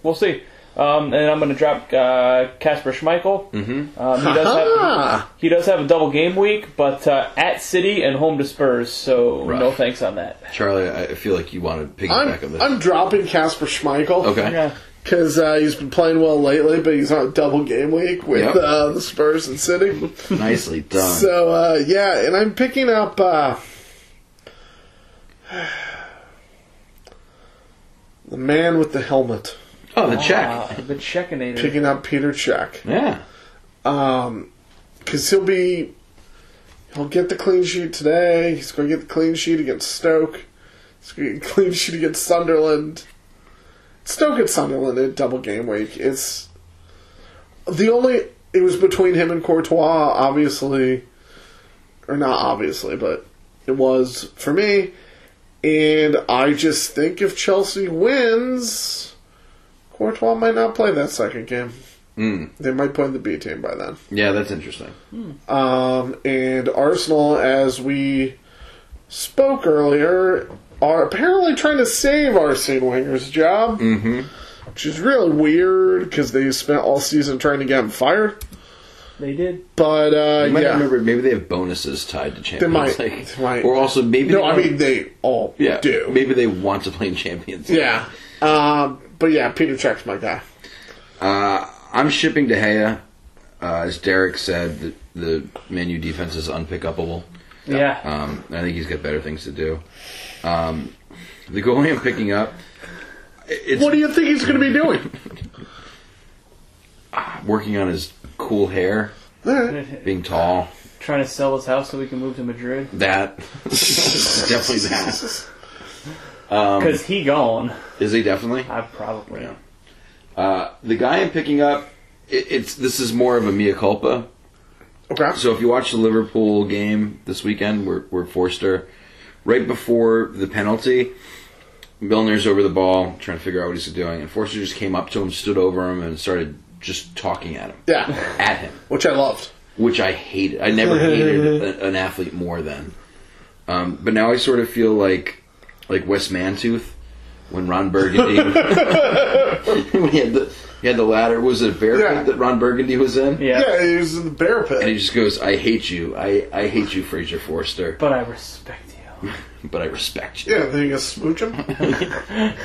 we'll see. Um, and I'm gonna drop uh, Kasper Schmeichel.
Mm-hmm.
Um, he does have.
Ah!
He does have a double game week, but uh, at City and home to Spurs, so
Right.
no thanks on that.
Charlie, I I feel like you want to
I'm,
piggyback on this.
I'm dropping Casper Schmeichel
okay.
Yeah.
because uh, he's been playing well lately, but he's on a double game week with
Yep.
uh, the Spurs and City.
Nicely done.
so uh, yeah, and I'm picking up. Uh, the man with the helmet
oh, the check.
uh,
Ah, the Czechinator.
picking up Peter Check.
Yeah.
Um, because he'll be, he'll get the clean sheet today. He's going to get the clean sheet against Stoke. He's going to get the clean sheet against Sunderland. Stoke at Sunderland in double game week. It's the only. It was between him and Courtois, obviously, or not obviously, but it was for me. And I just think if Chelsea wins, Courtois might not play that second game.
Mm.
They might play the B team by then.
Yeah, that's interesting.
Um, and Arsenal, as we spoke earlier, are apparently trying to save Arsene Wenger's job,
Mm-hmm.
which is really weird because they spent all season trying to get him fired.
They did.
But uh,
I might not
yeah,
remember. Maybe they have bonuses tied to Champions
might.
League,
They might.
or also maybe.
no,
they
I
want-
mean they all
yeah,
do.
maybe they want to play in Champions. League.
Yeah, um, but yeah, Peter Check's my guy.
I'm shipping De Gea. Uh, as Derek said, the, the menu defense is unpickable.
Yeah.
Um, I think he's got better things to do. Um, the goalie I'm picking up, it's
What do you think he's going to be doing?
working on his cool hair, being tall.
Trying to sell his house so we can move to Madrid
That definitely that
because he gone.
is he definitely.
I probably.
Um, Yeah. Uh, the guy I'm picking up, it, it's this is more of a mea culpa.
Okay,
So if you watch the Liverpool game this weekend, where where Forster, right before the penalty, Milner's over the ball trying to figure out what he's doing, and Forster just came up to him, stood over him, and started just talking at him,
yeah,
at him,
which I loved.
which I hated. I never hated a, an athlete more than. Um, but now I sort of feel like like Wes Mantooth when Ron Burgundy when he had the he had the ladder was it a bear
Yeah.
pit that Ron Burgundy was in
Yeah.
Yeah, he was in the bear pit.
and he just goes I hate you I I hate you Fraser Forster
But I respect you.
but I respect you
yeah, then you can smooch him.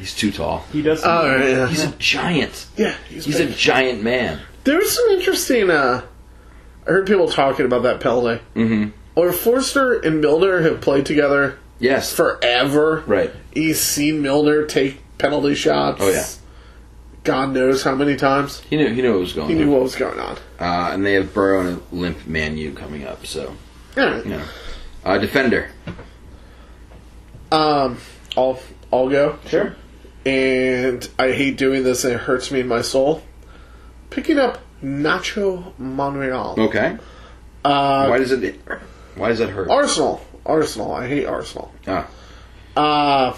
he's too tall
He does.
Oh yeah,
he's a giant
yeah.
he's a
big.
giant man
There was some interesting. Uh, I heard people talking about that penalty. Mm-hmm. Or Forster and Milner have played together
yes
forever.
right
He's seen Milner take penalty shots.
Oh, yeah.
God knows how many times.
he knew he knew what was going
He knew
on
what was going on.
uh, and they have Burrow and a limp Manu coming up so
Yeah.
you know uh, defender
Um, I'll I'll go.
Sure.
And I hate doing this. And it hurts me in my soul. Picking up Nacho Monreal.
okay
Uh,
why does it why does that hurt
Arsenal. Arsenal. I hate Arsenal.
Ah.
Uh,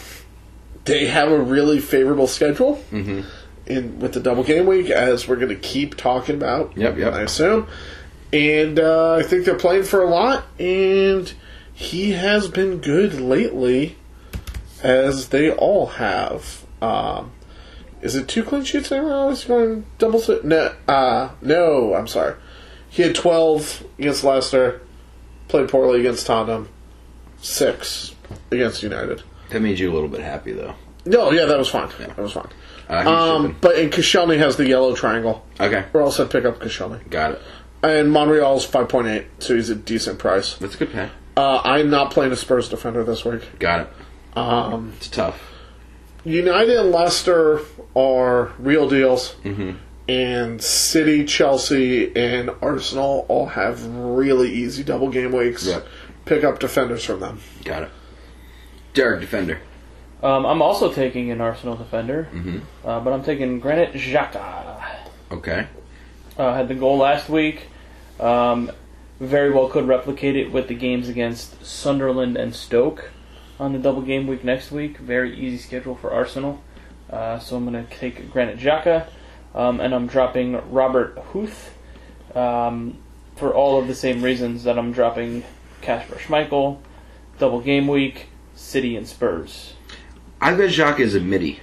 they have a really favorable schedule mm-hmm. in with the double game week, as we're going to keep talking about.
Yep, yep.
I assume, and uh, I think they're playing for a lot, and he has been good lately, as they all have. Um, is it two clean sheets in a row? Is he going double? si- No, uh, no. I'm sorry. He had twelve against Leicester. Played poorly against Tottenham. Six against United.
That made you a little bit happy, though.
No, yeah, that was fine. That was fine.
Uh, he's
Um,
shipping.
but and Koscielny has the yellow triangle.
okay,
Or else I'd pick up Koscielny.
got it.
And Monreal's five point eight, so he's a decent price.
That's a good pay.
Uh, I'm not playing a Spurs defender this week.
Got it.
Um,
It's tough.
United and Leicester are real deals,
Mm-hmm.
and City, Chelsea, and Arsenal all have really easy double game weeks.
Yep.
Pick up defenders from them.
Got it. Derek defender.
Um, I'm also taking an Arsenal defender, uh, but I'm taking Granit Xhaka.
Okay.
uh, had the goal last week. Um, very well could replicate it with the games against Sunderland and Stoke on the double game week next week. Very easy schedule for Arsenal. Uh, so I'm going to take Granit Xhaka, um, and I'm dropping Robert Huth um, for all of the same reasons that I'm dropping Kasper Schmeichel, double game week, City and Spurs.
I've got Jacques as a midi.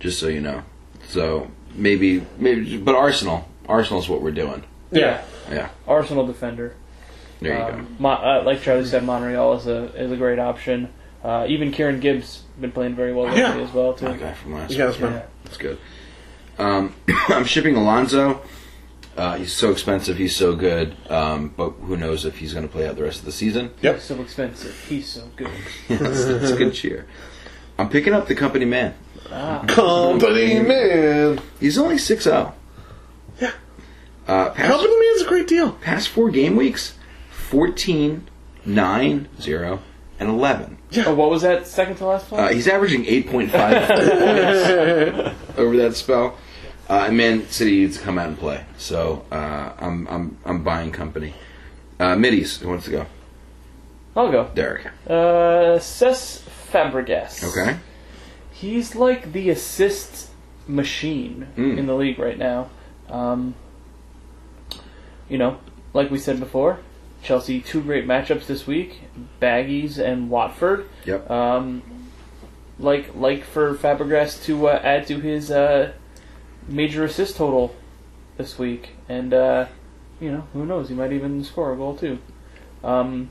Just so you know. So maybe maybe, but Arsenal. Arsenal's what we're doing.
Yeah.
Yeah.
Arsenal defender.
There you
Um, Mo- uh, like Charlie said, Monreal is a is a great option. Uh, even Kieran Gibbs been playing very well lately
Yeah.
as well too.
go. That guy from last.
You guys,
week.
man.
Yeah.
That's good. Um, I'm shipping Alonso. Uh, he's so expensive. He's so good. Um, but who knows if he's going to play out the rest of the season?
Yep.
So expensive. He's so good.
it's, it's good cheer. I'm picking up the company man.
Company man.
He's only 6 0.
Yeah.
Uh, past,
Company man's a great deal.
past four game weeks 14, 9, 0, and 11.
Oh, what was that second to last play?
Uh, he's averaging 8.5 points over that spell. Uh, and Man City needs to come out and play. So uh, I'm, I'm, I'm buying company. Uh, Middies, who wants to go?
I'll go.
Derek.
Uh, Cesc Fabregas.
Okay.
He's like the assist machine
Mm.
in the league right now. Um, you know, like we said before, Chelsea two great matchups this week: Baggies and Watford.
Yep.
Uh,
um, like like for Fabregas to uh, add to his uh, major assist total this week, and uh, you know who knows, he might even score a goal too. Um,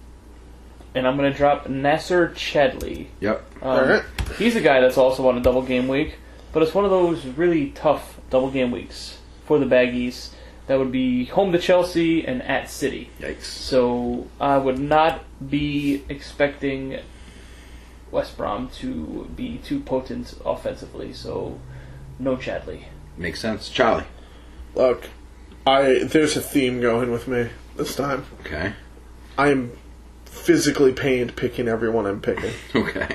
and I'm going to drop Nasser Chadley.
Yep.
Um,
All right.
He's a guy that's also on a double game week, but it's one of those really tough double game weeks for the Baggies. That would be home to Chelsea and at City.
Yikes.
So I would not be expecting West Brom to be too potent offensively. So no Chadley.
Makes sense. Charlie.
Look, I there's a theme going with me this time.
Okay.
I'm physically pained picking everyone I'm picking.
Okay.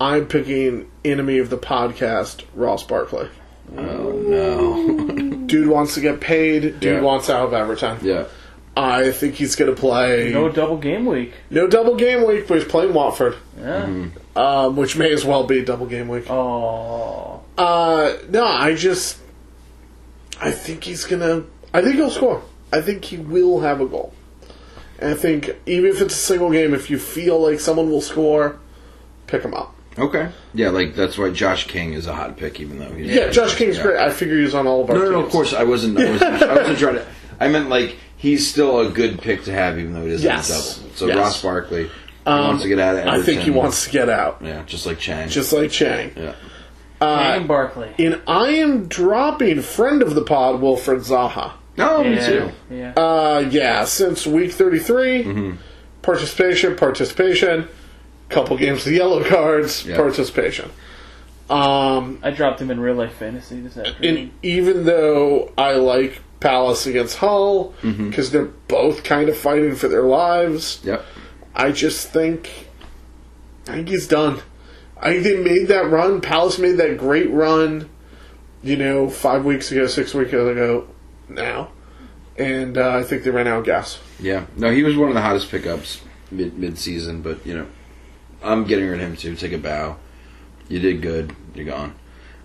I'm picking enemy of the podcast, Ross Barkley.
Oh no.
Dude wants to get paid. Dude
Yeah.
wants out of Everton.
yeah.
I think he's going to play.
Mm.
No double game week.
No double game week, but he's playing Watford,
Yeah.
Mm-hmm.
um, which may as well be double game week.
Oh.
Uh, no, I just, I think he's gonna. I think he'll score. I think he will have a goal. And I think even if it's a single game, if you feel like someone will score, pick him up.
Okay. Yeah, like that's why Josh King is a hot pick, even though he
Yeah, Josh King's
Yeah.
great. I figure he's on all of our
No, no, no,
teams.
of course I wasn't. I wasn't, I wasn't trying to. I meant like he's still a good pick to have, even though it is
Yes.
on the double. So
Yes. Um,
Ross Barkley he wants to get out of. Everton.
I think he wants to get out,
Yeah, just like Chang.
just like Chang.
yeah.
Shane Barkley.
And I am dropping friend of the pod, Wilfred Zaha.
No, me
yeah.
too.
Yeah.
Uh, yeah, since week 33,
Mm-hmm.
participation, participation, couple games of yellow cards,
Yeah.
participation. Um,
I dropped him in real life fantasy this afternoon.
and even though I like Palace against Hull, because they're both kind of fighting for their lives,
Mm-hmm. Yep.
I just think, I think he's done. I think they made that run. Palace made that great run, you know, five weeks ago, six weeks ago, now. And uh, I think they ran out of gas.
Yeah. No, he was one of the hottest pickups mid mid season, but you know, I'm getting rid of him too. Take a bow. You did good. You're gone.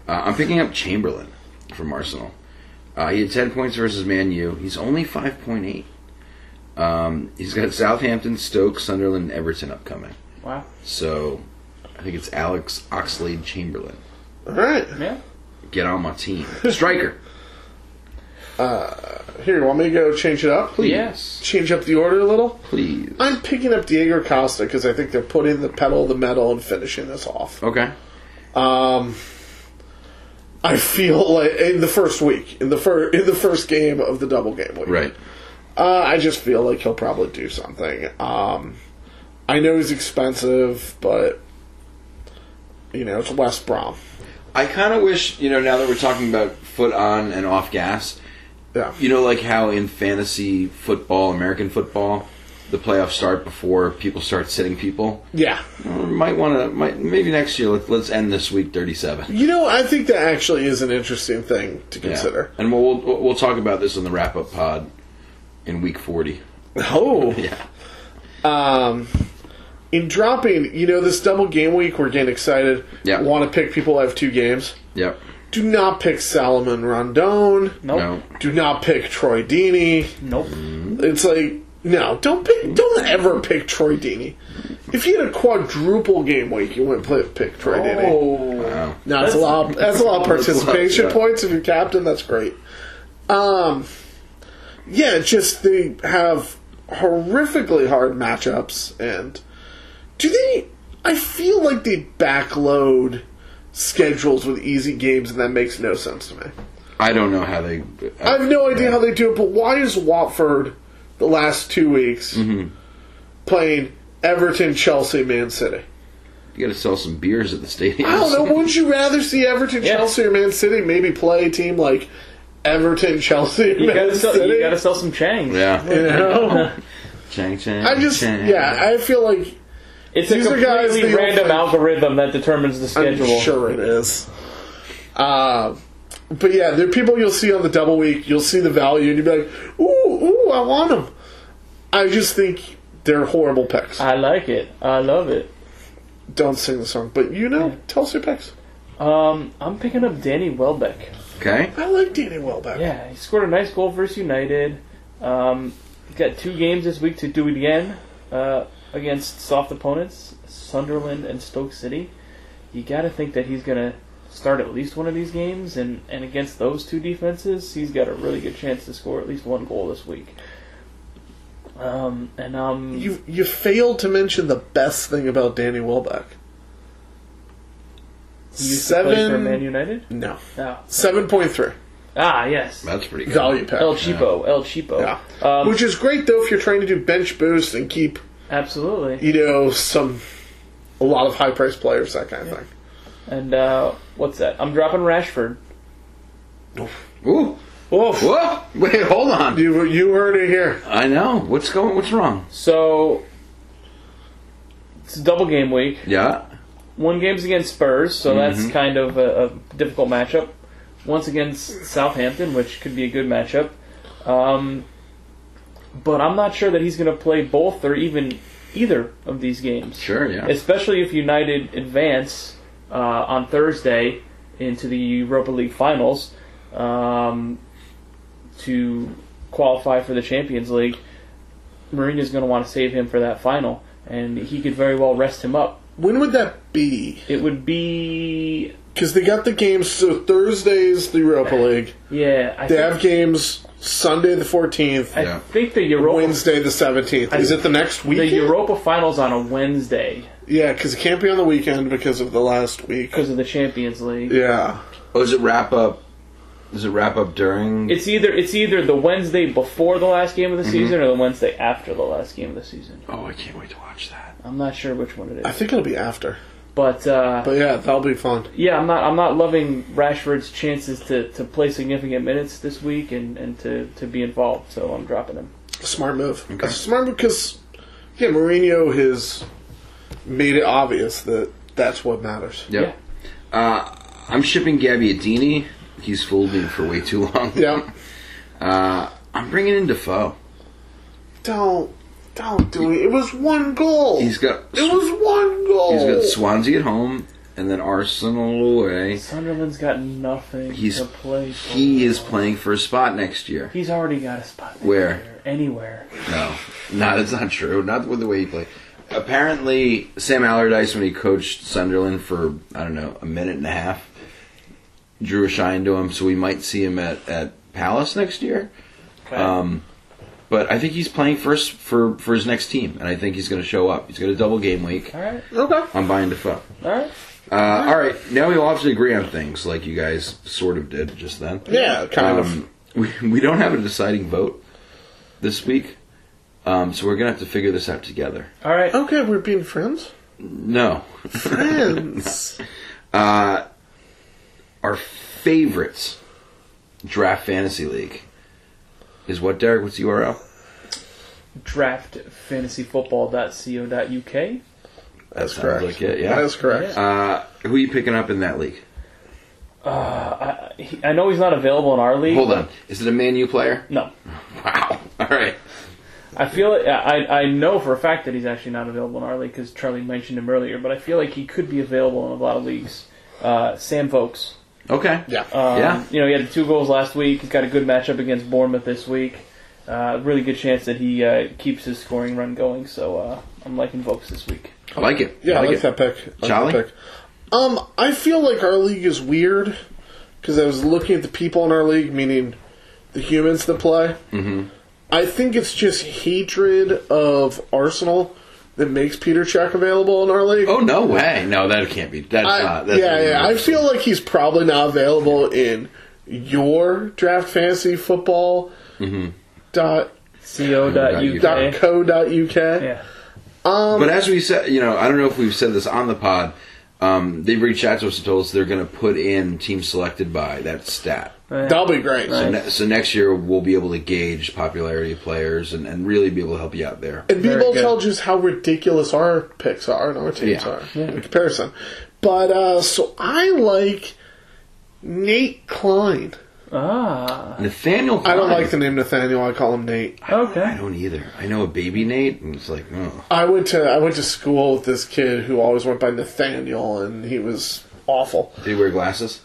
Uh, I'm picking up Chamberlain from Arsenal. Uh, he had 10 points versus Man U. He's only 5.8. Um, he's got Southampton, Stoke, Sunderland, and Everton upcoming.
wow.
So I think it's Alex Oxlade Chamberlain.
All right.
Yeah.
Get on my team. Striker,
Here, you want me to go change it up?
please.
Yes.
Change up the order a little?
Please.
I'm picking up Diego Costa because I think they're putting the pedal to the metal and finishing this off.
Okay.
Um, I feel like in the first week, in the fir- in the first game of the double game week,
Right.
Uh, I just feel like he'll probably do something. Um, I know he's expensive, but you know it's West Brom.
I kind of wish, you know, now that we're talking about foot on and off gas,
Yeah,
you know, like how in fantasy football, American football, the playoffs start before people start sitting people.
yeah.
Uh, Might want to, might maybe next year. Let, let's end this week thirty-seven.
You know, I think that actually is an interesting thing to
Yeah.
consider.
and we'll, we'll we'll talk about this on the wrap-up pod in week forty.
Oh,
Yeah,
um, in dropping, you know, this double game week, we're getting excited.
Yeah.
Want to pick people who have two games.
yep.
Do not pick Salomon Rondon.
Nope.
No, Mm.
Do not pick Troy Deeney.
Nope.
It's like, no, don't pick, don't ever pick Troy Deeney. If you had a quadruple game week, you wouldn't play, pick Troy Deeney.
Oh.
wow.
No, that's, a lot. That's a lot of
That's a lot,
participation
yeah.
points. If you're captain, that's great. Um, yeah, just they have horrifically hard matchups, and do they? I feel like they backload schedules with easy games, and that makes no sense to me.
I don't know how they. uh,
I have no idea how they do it, but why is Watford the last two weeks
Mm-hmm.
playing Everton, Chelsea, Man City?
You got to sell some beers at the stadium.
I don't know. Wouldn't you rather see Everton,
Yeah.
Chelsea, or Man City maybe play a team like Everton, Chelsea, or
You
Man
gotta, sell,
City?
you gotta sell some changs.
Yeah,
You know?
Chang Chang.
I just,
Chang.
yeah, I feel like
It's a
These are guys
completely
that you'll
random
play.
algorithm that determines the schedule.
I'm sure it is. Uh, but yeah, there are people you'll see on the double week. You'll see the value, and you'll be like, ooh, ooh, I want them. I just think they're horrible picks.
I like it. I love it.
don't sing the song, but you know, tell us your picks.
Um, I'm picking up Danny Welbeck.
Okay.
I like Danny Welbeck.
Yeah, he scored a nice goal versus United. Um, he's got two games this week to do it again uh, against soft opponents, Sunderland and Stoke City. You got to think that he's going to start at least one of these games, and, and against those two defenses, he's got a really good chance to score at least one goal this week. Um, and um,
You you failed to mention the best thing about Danny Welbeck.
he used to play for Man United.
no
Oh.
seven point three
Ah, yes,
That's pretty good.
value pack.
El Cheapo, El Cheapo.
Yeah.
Um,
Which is great though if you're trying to do bench boost and keep
absolutely.
you know some a lot of high priced players that kind of thing.
And uh, what's that? I'm dropping Rashford.
Ooh.
Oof.
Whoa! Wait, hold on.
You you heard it here.
I know. What's going? What's wrong?
So it's a double game week.
Yeah.
One game's against Spurs, so that's kind of a, a difficult matchup. Once against Southampton, which could be a good matchup. Um, but I'm not sure that he's going to play both or even either of these games.
Sure. Yeah.
especially if United advance uh, on Thursday into the Europa League finals um, to qualify for the Champions League. Mourinho's going to want to save him for that final, and he could very well rest him up.
When would that be?
It would be,
Because they got the games. So Thursday's the Europa League.
yeah, I
They have
think,
games Sunday the fourteenth,
I
Yeah.
think the Europa
Wednesday the seventeenth. Is it the next
the
weekend?
Europa finals on a Wednesday
yeah, because it can't be on the weekend because of the last week.
because of the Champions League.
Yeah.
Oh, does it wrap up? Does it wrap up during?
It's either it's either the Wednesday before the last game of the season or the Wednesday after the last game of the season.
oh, I can't wait to watch that.
I'm not sure which one it
I
is,
think it'll be after.
but, uh,
But yeah, that'll be fun.
yeah, I'm not I'm not loving Rashford's chances to, to play significant minutes this week and, and to, to be involved. So I'm dropping him.
Smart move. That's a smart move because, yeah, Mourinho has made it obvious that that's what matters.
Yep. Uh, I'm shipping Gabbiadini. He's fooled me for way too long.
Yeah.
Uh, I'm bringing in Defoe.
Don't. Don't do it. It was one goal.
He's got
It was one goal.
he's got Swansea at home and then Arsenal away.
Sunderland's got nothing
He's
to play. For.
he is playing for a spot next year.
He's already got a spot.
Where?
there, Anywhere.
No, no, that's not true. Not with the way he played. Apparently, Sam Allardyce, when he coached Sunderland for I don't know a minute and a half, drew a shine to him. So we might see him at at Palace next year. Um, but I think he's playing first for for his next team, and I think he's going to show up. He's got a double game week.
all right.
Okay.
I'm buying Defoe.
All right.
Uh, all right, now we all have to agree on things, like you guys sort of did just then.
Yeah, kind
Um, we, we don't have a deciding vote this week, um, so we're gonna have to figure this out together.
All right.
of. Okay, we're being friends.
No,
Friends.
uh, our favorite draft fantasy league is what, Derek? What's the URL?
Draftfantasyfootball.co.uk.
That's
correct.
Like it, yeah.
That is correct.
uh, who are you picking up in that league?
I, he- I know he's not available in our league.
Hold on, is it a Man U player?
No.
Wow. All right.
I feel like, I I know for a fact that he's actually not available in our league because Charlie mentioned him earlier, but I feel like he could be available in a lot of leagues. Uh, Sam Vokes.
Okay.
yeah.
Um,
Yeah.
You know, he had the two goals last week. He's got a good matchup against Bournemouth this week. Uh, really good chance that he uh, keeps his scoring run going. So uh, I'm liking Vokes this week.
I like it.
Yeah, I like,
it.
that pick. I
Charlie?
Like that pick. Um, I feel like our league is weird because I was looking at the people in our league, meaning the humans that play. Mm-hmm. I think it's just hatred of Arsenal that makes Peter Check available in our league.
Oh no way! No, that can't be. That's
I,
not. That's
yeah, yeah. I
not-
feel like he's probably not available in your draft fantasy football
Mm-hmm.
dot dot
Co.uk.
co dot uk.
Yeah.
But as we said, you know, I don't know if we've said this on the pod. Um, they've reached out to us and told us they're going to put in team selected by that stat.
That'll be great.
So,
Nice.
ne- so next year we'll be able to gauge popularity of players and, and really be able to help you out there.
And
Very
people
good.
tell just how ridiculous our picks are and our teams
Yeah.
are in comparison. But uh, so I like Nate Klein.
Ah.
Nathaniel,
I don't
Klein-
like the name Nathaniel. I call him Nate.
I
Okay.
don't either. I know a baby Nate, and it's like, oh,
I went to I went to school with this kid who always went by Nathaniel, and he was awful.
did he wear glasses?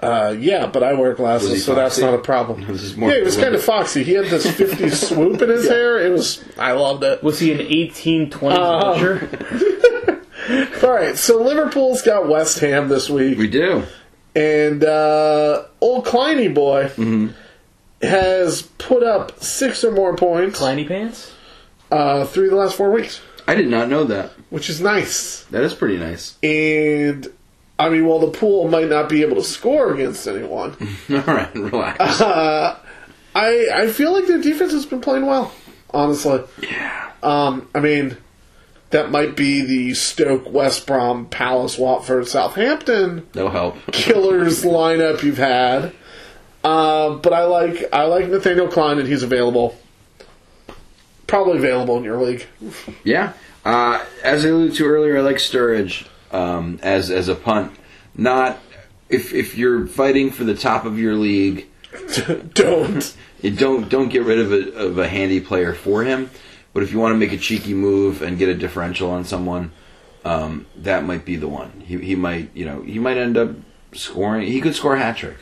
Uh, yeah, but I wear
Was he
glasses, so that's
foxy?
not a problem.
This is more-
yeah, he was kind of foxy. He had this fifty swoop in his hair. It was I loved it.
Was he an 1820s
Uh,
butcher?
All right, so Liverpool's got West Ham this week.
We do.
And uh, old Kleiny boy has put up six or more points
Kleiny pants.
uh, through the last four weeks,
I did not know that.
which is nice.
That is pretty nice.
And I mean, while the pool might not be able to score against anyone,
All right, relax.
uh, I I feel like their defense has been playing well. Honestly,
yeah.
um, I mean, that might be the Stoke, West Brom, Palace, Watford, Southampton
No help.
killers lineup you've had. Um, but I like I like Nathaniel Klein and he's available. Probably available in your league.
Yeah. Uh, as I alluded to earlier, I like Sturridge um, as as a punt. Not if if you're fighting for the top of your league,
Don't.
you don't don't get rid of a of a handy player for him. But if you want to make a cheeky move and get a differential on someone, um, that might be the one. He he might you know he might end up scoring. He could score a hat trick.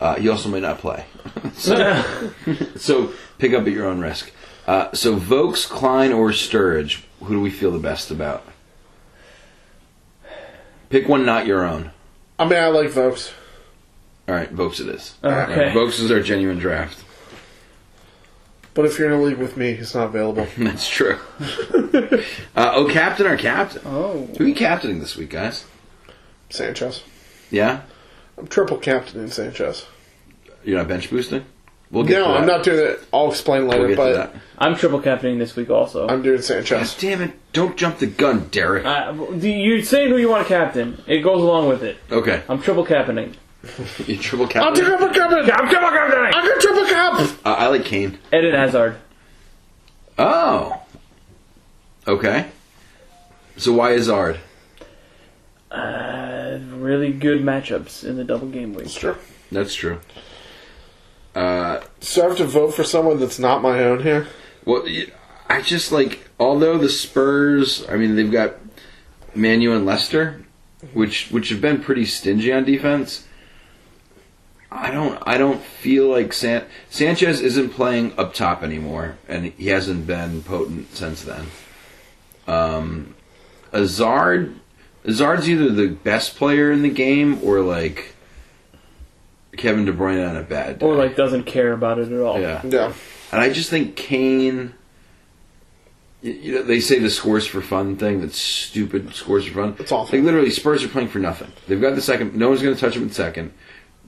Uh, he also might not play. so, so pick up at your own risk. Uh, so Vokes, Klein, or Sturridge, who do we feel the best about? Pick one not your own.
I mean, I like folks.
All right, Vokes it is.
Okay.
All right, Vokes is our genuine draft.
But if you're in a league with me, he's not available.
That's true. uh, oh, captain or captain?
Oh.
Who are you captaining this week, guys?
Sanchez.
Yeah,
I'm triple captain in Sanchez.
you're not bench boosting. We'll get.
No,
to that.
I'm not doing it. I'll explain later,
We'll get to
but
that.
I'm triple captaining this week also.
I'm doing Sanchez.
Damn it! Don't jump the gun, Derek.
Uh, do you say who you want to captain. It goes along with it.
okay,
I'm triple captaining.
you triple
I'm
captain.
triple captain!
I'm triple captaining.
I'm a triple cap!
Uh, I like Kane.
Eden Hazard.
Oh. Okay. So why Azard?
Uh, really good matchups in the double game week.
Sure.
That's true. Uh,
So I have to vote for someone that's not my own here.
well, y- I just like although the Spurs, I mean, they've got Manu and Leicester,
Mm-hmm.
which which have been pretty stingy on defense. I don't I don't feel like San- Sanchez isn't playing up top anymore, and he hasn't been potent since then. Um, Azard Azard's either the best player in the game or like Kevin De Bruyne on a bad day.
Or like doesn't care about it at all.
yeah.
Yeah.
And I just think Kane. y- You know, they say the scores for fun thing. That's stupid. Scores for fun.
It's awful.
Like literally, Spurs are playing for nothing. They've got the second. No one's going to touch them in second.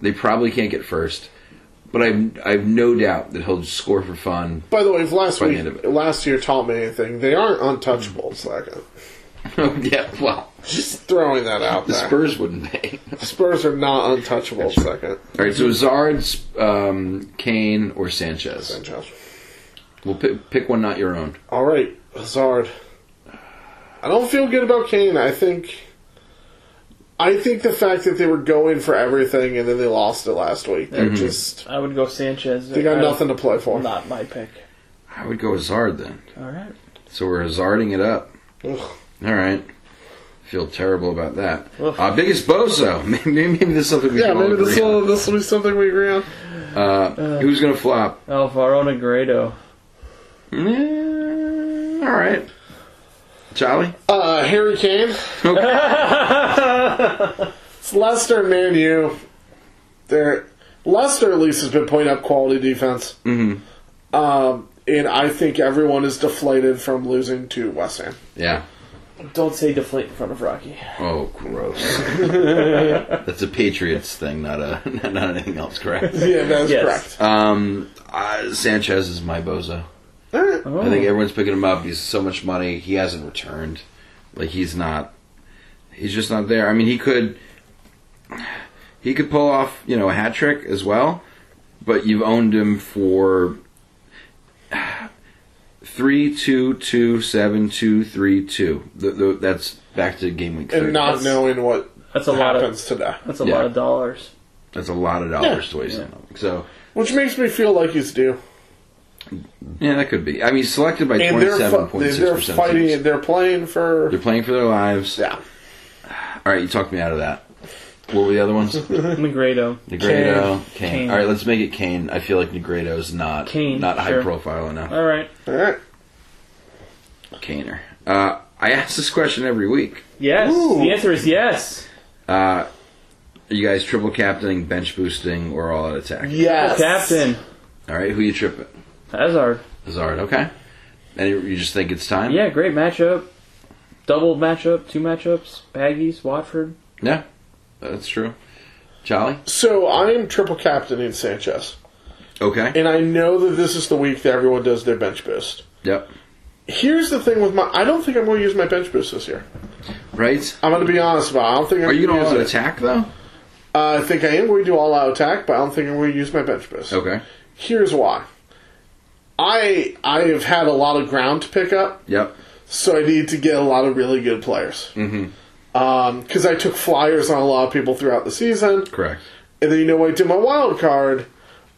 They probably can't get first. But I've I've no doubt that he'll score for fun.
By the way, if last
By the
week,
end of it.
last year taught me anything, they aren't untouchable, Slacker.
Oh, yeah. Well,
Just throwing that out
the
there.
Spurs wouldn't be.
Spurs are not untouchable, second.
All right. So Zard's um, Kane or Sanchez.
Sanchez.
We'll pick, pick one, not your own.
All right, Hazard. I don't feel good about Kane. I think, I think the fact that they were going for everything and then they lost it last week, they're
Mm-hmm.
just
I would go Sanchez. Uh,
they got nothing to play for.
Not my pick.
I would go Zard then.
All right.
So we're Zarding it up.
Ugh.
All right. Feel terrible about that.
Ugh.
Uh, biggest bozo. Maybe, maybe this is something we
Yeah,
can all
maybe
agree
this will
on.
this will be something we agree on.
Uh, who's gonna flop?
Alvaro Negredo.
Mm, all right. Charlie.
Uh, Harry Kane. it's Leicester and Man U. They're Leicester at least has been putting up quality defense,
Mm-hmm.
um, and I think everyone is deflated from losing to West Ham.
Yeah.
Don't say deflate in front of Rocky.
Oh, gross. That's a Patriots thing, not a not, not anything else. Correct.
Yeah, that's
Yes.
correct.
Um, uh, Sanchez is my bozo.
All right.
Oh.
I think everyone's picking him up. He's so much money. He hasn't returned. Like he's not. He's just not there. I mean, he could. He could pull off, you know, a hat trick as well, but you've owned him for three, two, two, seven, two, three, two. The, the, that's back to game week.
and
30.
not
That's-
knowing what
that's a lot of
happens today.
that's a
Yeah.
lot of dollars.
that's a lot of dollars
Yeah.
to waste.
Yeah.
on him. So
Which makes me feel like he's due.
yeah, that could be. I mean, he's selected by
And they're,
twenty-seven
fu-
point
they-
six
they're
percent.
fighting, they're playing for.
They're playing for their lives.
Yeah.
All right, you talked me out of that. What were the other ones?
Negredo.
Negredo, Kane.
Kane.
All right, let's make it Kane. I feel like Negredo's not
Kane,
not high
sure.
profile enough.
All right.
All right.
Kaner. Uh, I ask this question every week.
Yes.
Ooh.
The answer is yes.
Uh, Are you guys triple captaining, bench boosting, or all out attack?
Yes.
Captain
All right, who you tripping?
Hazard.
Hazard, okay. And you you just think it's time?
Yeah, great matchup. Double matchup, two matchups. Baggies, Watford.
Yeah, that's true. Charlie?
So I am triple captain in Sanchez,
Okay.
and I know that this is the week that everyone does their bench boost.
Yep.
Here's the thing with my, I don't think I'm going to use my bench boost this year.
Right?
I'm going to be honest about. It. I don't think I'm
Are you
going
going
to
to all out
use it.
attack, though?
Uh, I think I am going to do all out attack, but I don't think I'm going to use my bench boost.
Okay.
Here's why. I I have had a lot of ground to pick up.
Yep.
so I need to get a lot of really good players. Because mm-hmm. I took flyers on a lot of people throughout the season,
Correct.
and then you know what I did my wild card.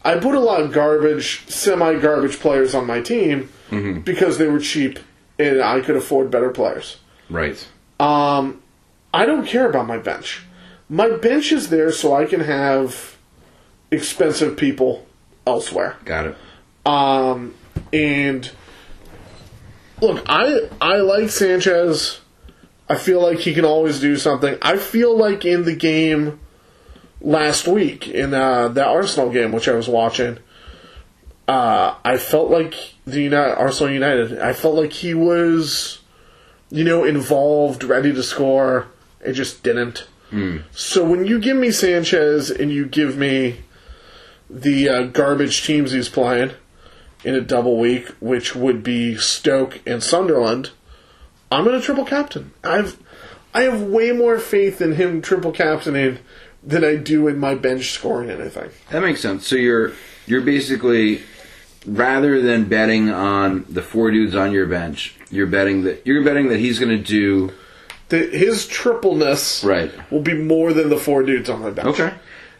I put a lot of garbage, semi garbage players on my team
Mm-hmm.
because they were cheap and I could afford better players.
Right.
Um, I don't care about my bench. My bench is there so I can have expensive people elsewhere.
Got it.
Um, and look, I I like Sanchez. I feel like he can always do something. I feel like in the game last week in uh, that Arsenal game, which I was watching, uh, I felt like the United, Arsenal United. I felt like he was, you know, involved, ready to score. It just didn't. So when you give me Sanchez and you give me the uh, garbage teams he's playing in a double week, which would be Stoke and Sunderland, I'm going to triple captain. I've I have way more faith in him triple captaining than I do in my bench scoring anything.
That makes sense. So you're you're basically rather than betting on the four dudes on your bench, you're betting that you're betting that he's going to do
That his tripleness
Right.
will be more than the four dudes on my bench.
okay.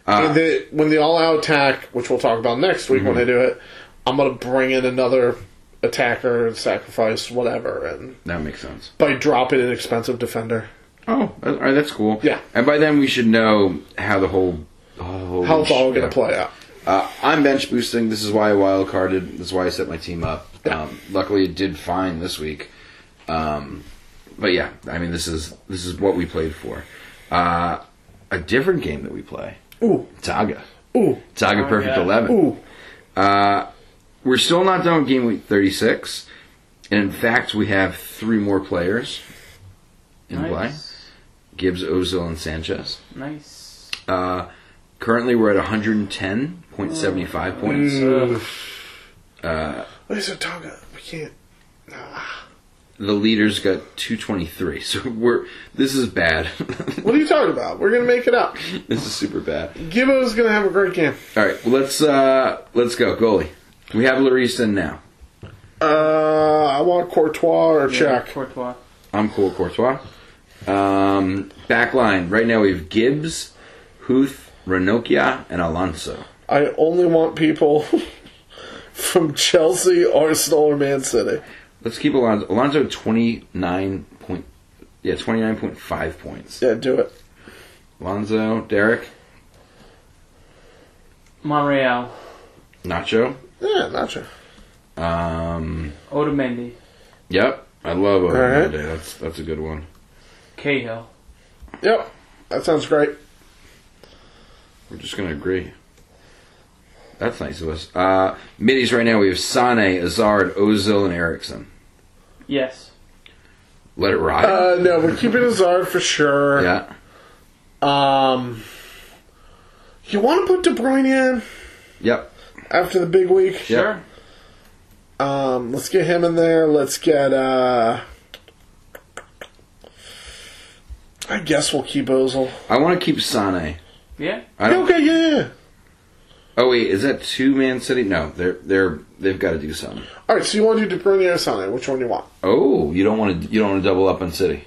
Uh,
and that when the all-out attack, which we'll talk about next week
Mm-hmm.
when I do it, I'm going to bring in another attacker and sacrifice whatever, and
That makes sense.
by dropping an expensive defender.
Oh, all right, that's cool.
Yeah.
And by then we should know how the whole oh,
How's it's all going to
yeah.
play out?
Uh, I'm bench boosting. This is why I wild carded. This is why I set my team up. Um, luckily, it did fine this week. Um, but yeah, I mean, this is this is what we played for. Uh, a different game that we play.
Ooh,
Taga.
ooh,
Taga Perfect
Oh, yeah.
11.
ooh.
We're still not done with game week 36. And in fact, we have three more players in play
Nice.
Gibbs, Ozil, and Sanchez.
Nice.
Uh, currently, we're at
Mm.
110.75 points.
Uh,
Where's Otaga? We can't. Ah.
The leader's got 223. So we're this is bad.
What are you talking about? We're gonna make it up.
this is super bad.
Gibbo's gonna have a great game.
All right, well, let's uh, let's go goalie. We have Larissa now.
Uh, I want Courtois or
yeah,
Czech.
Courtois.
I'm cool, Courtois. Um, back line. Right now we have Gibbs, Huth, Ranocchia, and Alonso.
I only want people from Chelsea, Arsenal, or Man City.
Let's keep Alonso. Alonso twenty nine point, yeah, twenty nine point five points.
Yeah, do it.
Alonso, Derek,
Monreal.
Nacho.
Yeah, not sure.
Um,
Otamendi.
yep, I love Odin
right.
Day. That's that's a good one.
Cahill.
Yep, that sounds great.
We're just gonna agree. That's nice of us. Uh, middies right now we have Sane, Azard, Ozil, and Erickson.
Yes.
Let it ride.
Uh, no, we're keeping Hazard for sure.
yeah.
Um, you want to put De Bruyne in
Yep.
after the big
Yep.
week?
Sure.
Um, let's get him in there. Let's get. uh I guess we'll keep Ozil.
I want to keep Sane.
Yeah.
I don't.
Okay, yeah, yeah.
Oh wait, is that two Man City? No, they're they're they've got to do something.
All right, so you want to do De Bruyne or Sane? Which one do you want?
Oh, you don't want to you don't want to double up on City.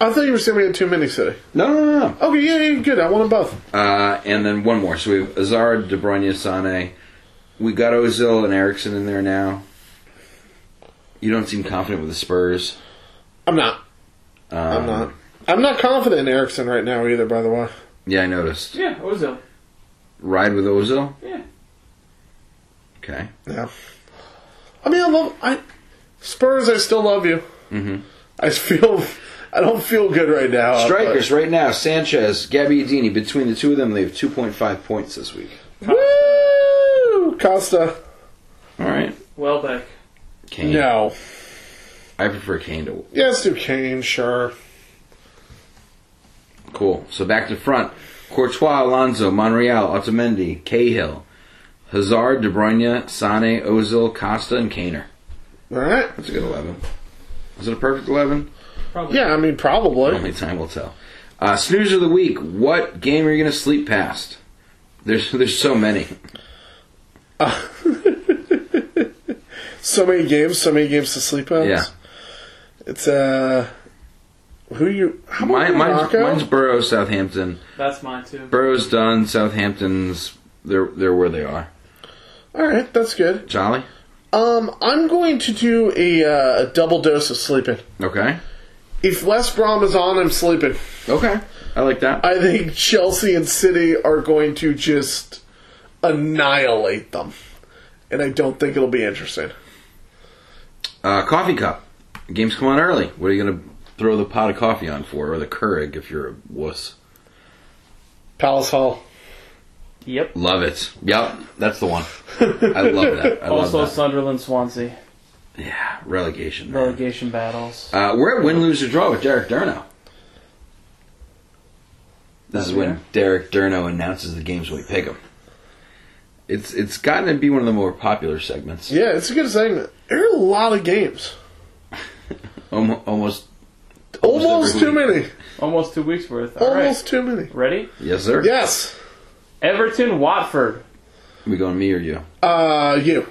I thought you were saying we had too many City.
No, no, no, no.
Okay, yeah, yeah, good. I want them both.
Uh, and then one more. So we have Azard, De Bruyne, Sane. We got Ozil and Erickson in there now. You don't seem confident with the Spurs.
I'm not.
Um,
I'm not. I'm not confident in Erickson right now either. By the way,
Yeah, I noticed.
Yeah, Ozil.
Ride with Ozil.
Yeah.
Okay.
yeah. I mean, I love I Spurs. I still love you.
Mm-hmm.
I feel I don't feel good right now.
Strikers right now, Sanchez, Gabbiadini, between the two of them, they have 2.5 points this week.
But- Woo! Costa.
All right.
Welbeck.
Kane.
No.
I prefer Kane to.
Yeah, let's do Kane, sure.
Cool. So back to front. Courtois, Alonso, Monreal, Otamendi, Cahill, Hazard, De Bruyne, Sane, Ozil, Costa, and Kaner.
Alright.
That's a good 11. Is it a perfect 11?
Probably.
Yeah, I mean, probably.
Only time will tell. Uh, snooze of the week. What game are you going to sleep past? There's there's so many.
So many games, so many games to sleep on.
Yeah.
It's, uh. Who you. How about
Mine, mine's,
Morocco?
mine's Burrow, Southampton.
That's mine too.
Burrow's done. Southampton's they're they're where they are.
Alright, that's good.
Jolly.
Um, I'm going to do a, uh, a double dose of sleeping.
Okay.
If West Brom is on, I'm sleeping.
Okay. I like that.
I think Chelsea and City are going to just annihilate them. And I don't think it'll be interesting.
Uh, coffee cup. Games come on early. What are you going to throw the pot of coffee on for, or the Keurig if you're a wuss?
Palace Hall.
Yep.
Love it. Yep, that's the one. I love that. I
Also
love that.
Sunderland Swansea.
Yeah, relegation. man.
Relegation battles.
Uh, we're at win, lose, or draw with Derek Durno. This is when Derek Durno announces the games when we pick them. It's it's gotten to be one of the more popular segments.
Yeah, it's a good segment. There are a lot of games.
Almo- almost.
Almost
every
too
week.
many.
Almost two weeks worth. All right.
Almost too many.
Ready?
Yes, sir.
Yes.
Everton Watford.
We going me or you?
Uh, you.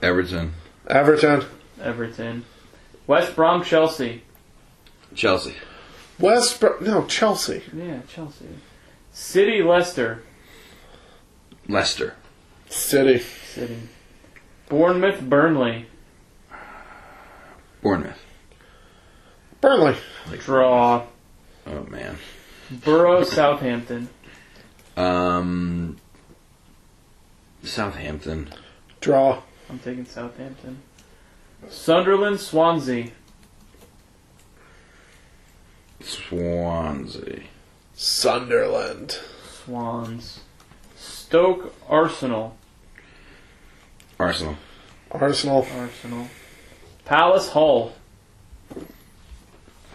Everton,
Everton.
Everton. West Brom Chelsea.
Chelsea.
West Brom. No, Chelsea.
Yeah, Chelsea. City Leicester.
Leicester.
City.
City. Bournemouth Burnley.
Bournemouth.
Burnley.
Draw.
Oh man.
Borough Southampton.
Um. Southampton.
Draw.
I'm taking Southampton. Sunderland Swansea.
Swansea.
Sunderland.
Swans. Stoke Arsenal.
Arsenal.
Arsenal.
Arsenal. Palace Hull.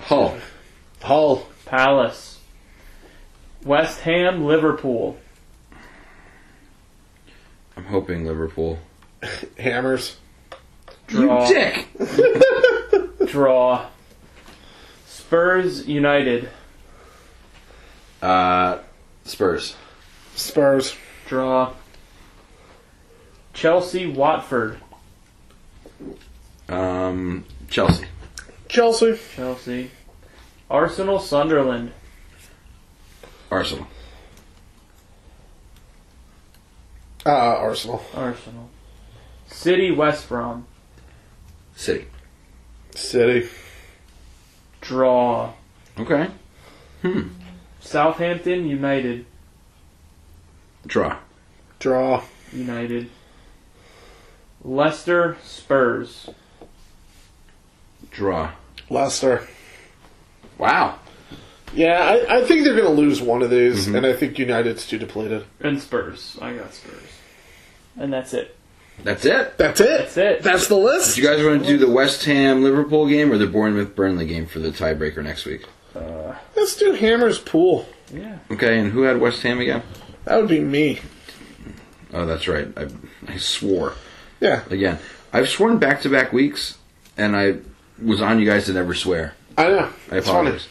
Hull.
Hull.
Palace. West Ham Liverpool.
I'm hoping Liverpool.
Hammers.
Draw.
You dick.
Draw. Spurs United.
Uh, Spurs.
Spurs.
Draw. Chelsea Watford.
Um, Chelsea.
Chelsea.
Chelsea. Arsenal Sunderland.
Arsenal.
Uh, Arsenal.
Arsenal. City West Brom.
City.
City.
Draw.
Okay. Hmm.
Southampton United.
Draw.
Draw.
United. Leicester Spurs.
Draw.
Leicester.
Wow.
Yeah, I, I think they're going to lose one of these, and I think United's too depleted.
And Spurs. I got Spurs. And that's it.
That's it.
That's it.
That's it.
That's the list.
Do you guys want to do the West Ham Liverpool game or the Bournemouth Burnley game for the tiebreaker next week?
Uh,
Let's do Hammers Pool.
yeah.
Okay, and who had West Ham again?
That would be me.
Oh, that's right. I, I swore
Yeah,
again. I've sworn back to back weeks, and I was on you guys to never swear.
I know.
I
It's funny.
apologize.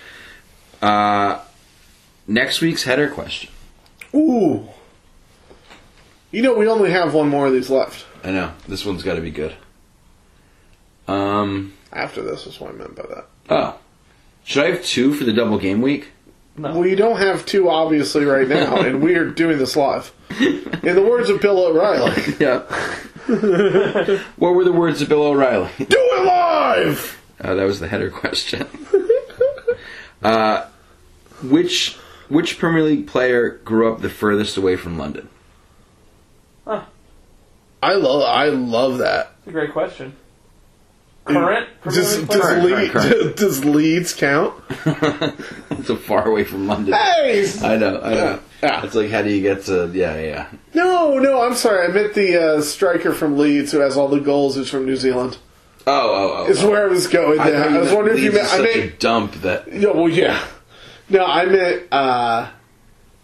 Uh, next week's header question.
Ooh. You know, we only have one more of these left.
I know this one's got to be good. Um.
After this is what I meant by that.
Oh, should I have two for the double game week?
No.
We don't have two, obviously, right now, and we are doing this live. In the words of Bill O'Reilly, do
Yeah. what were the words of Bill O'Reilly?
it live!
Uh, that was the header question. uh, which which Premier League player grew up the furthest away from London?
Huh.
I love, I love that.
That's a great question. Current Premier
Does,
League player?
does,
Current,
Le-
current, current.
does Leeds count?
so far away from London.
Hey!
I know, I know.
Yeah.
It's like, how do you get to? Yeah, yeah.
No, no, I'm sorry. I meant the uh, striker from Leeds who has all the goals who's from New Zealand.
Oh, oh, oh.
Is where I was going.
I,
there.
thought
I,
you
was
meant
wondering if you
Leeds is
meant. I
such
meant
a dump that
Yeah, well, yeah. No, I meant uh,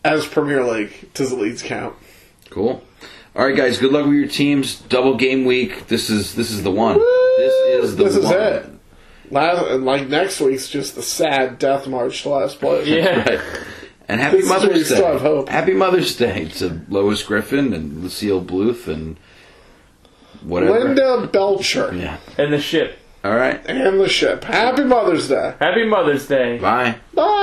as Premier League. Does Leeds count?
Cool. All right, guys. Good luck with your teams. Double game week. This is this is the one. This is the
This is
one.
it. Last, and like next week's just the sad death march to last place.
Yeah.
Right. And happy
This is where you
Mother's Day.
still have hope.
Happy Mother's Day to Lois Griffin and Lucille Bluth and whatever.
Linda Belcher
Yeah.
And the ship.
All right.
and the ship. Happy Mother's Day.
Happy Mother's Day.
Bye.
Bye.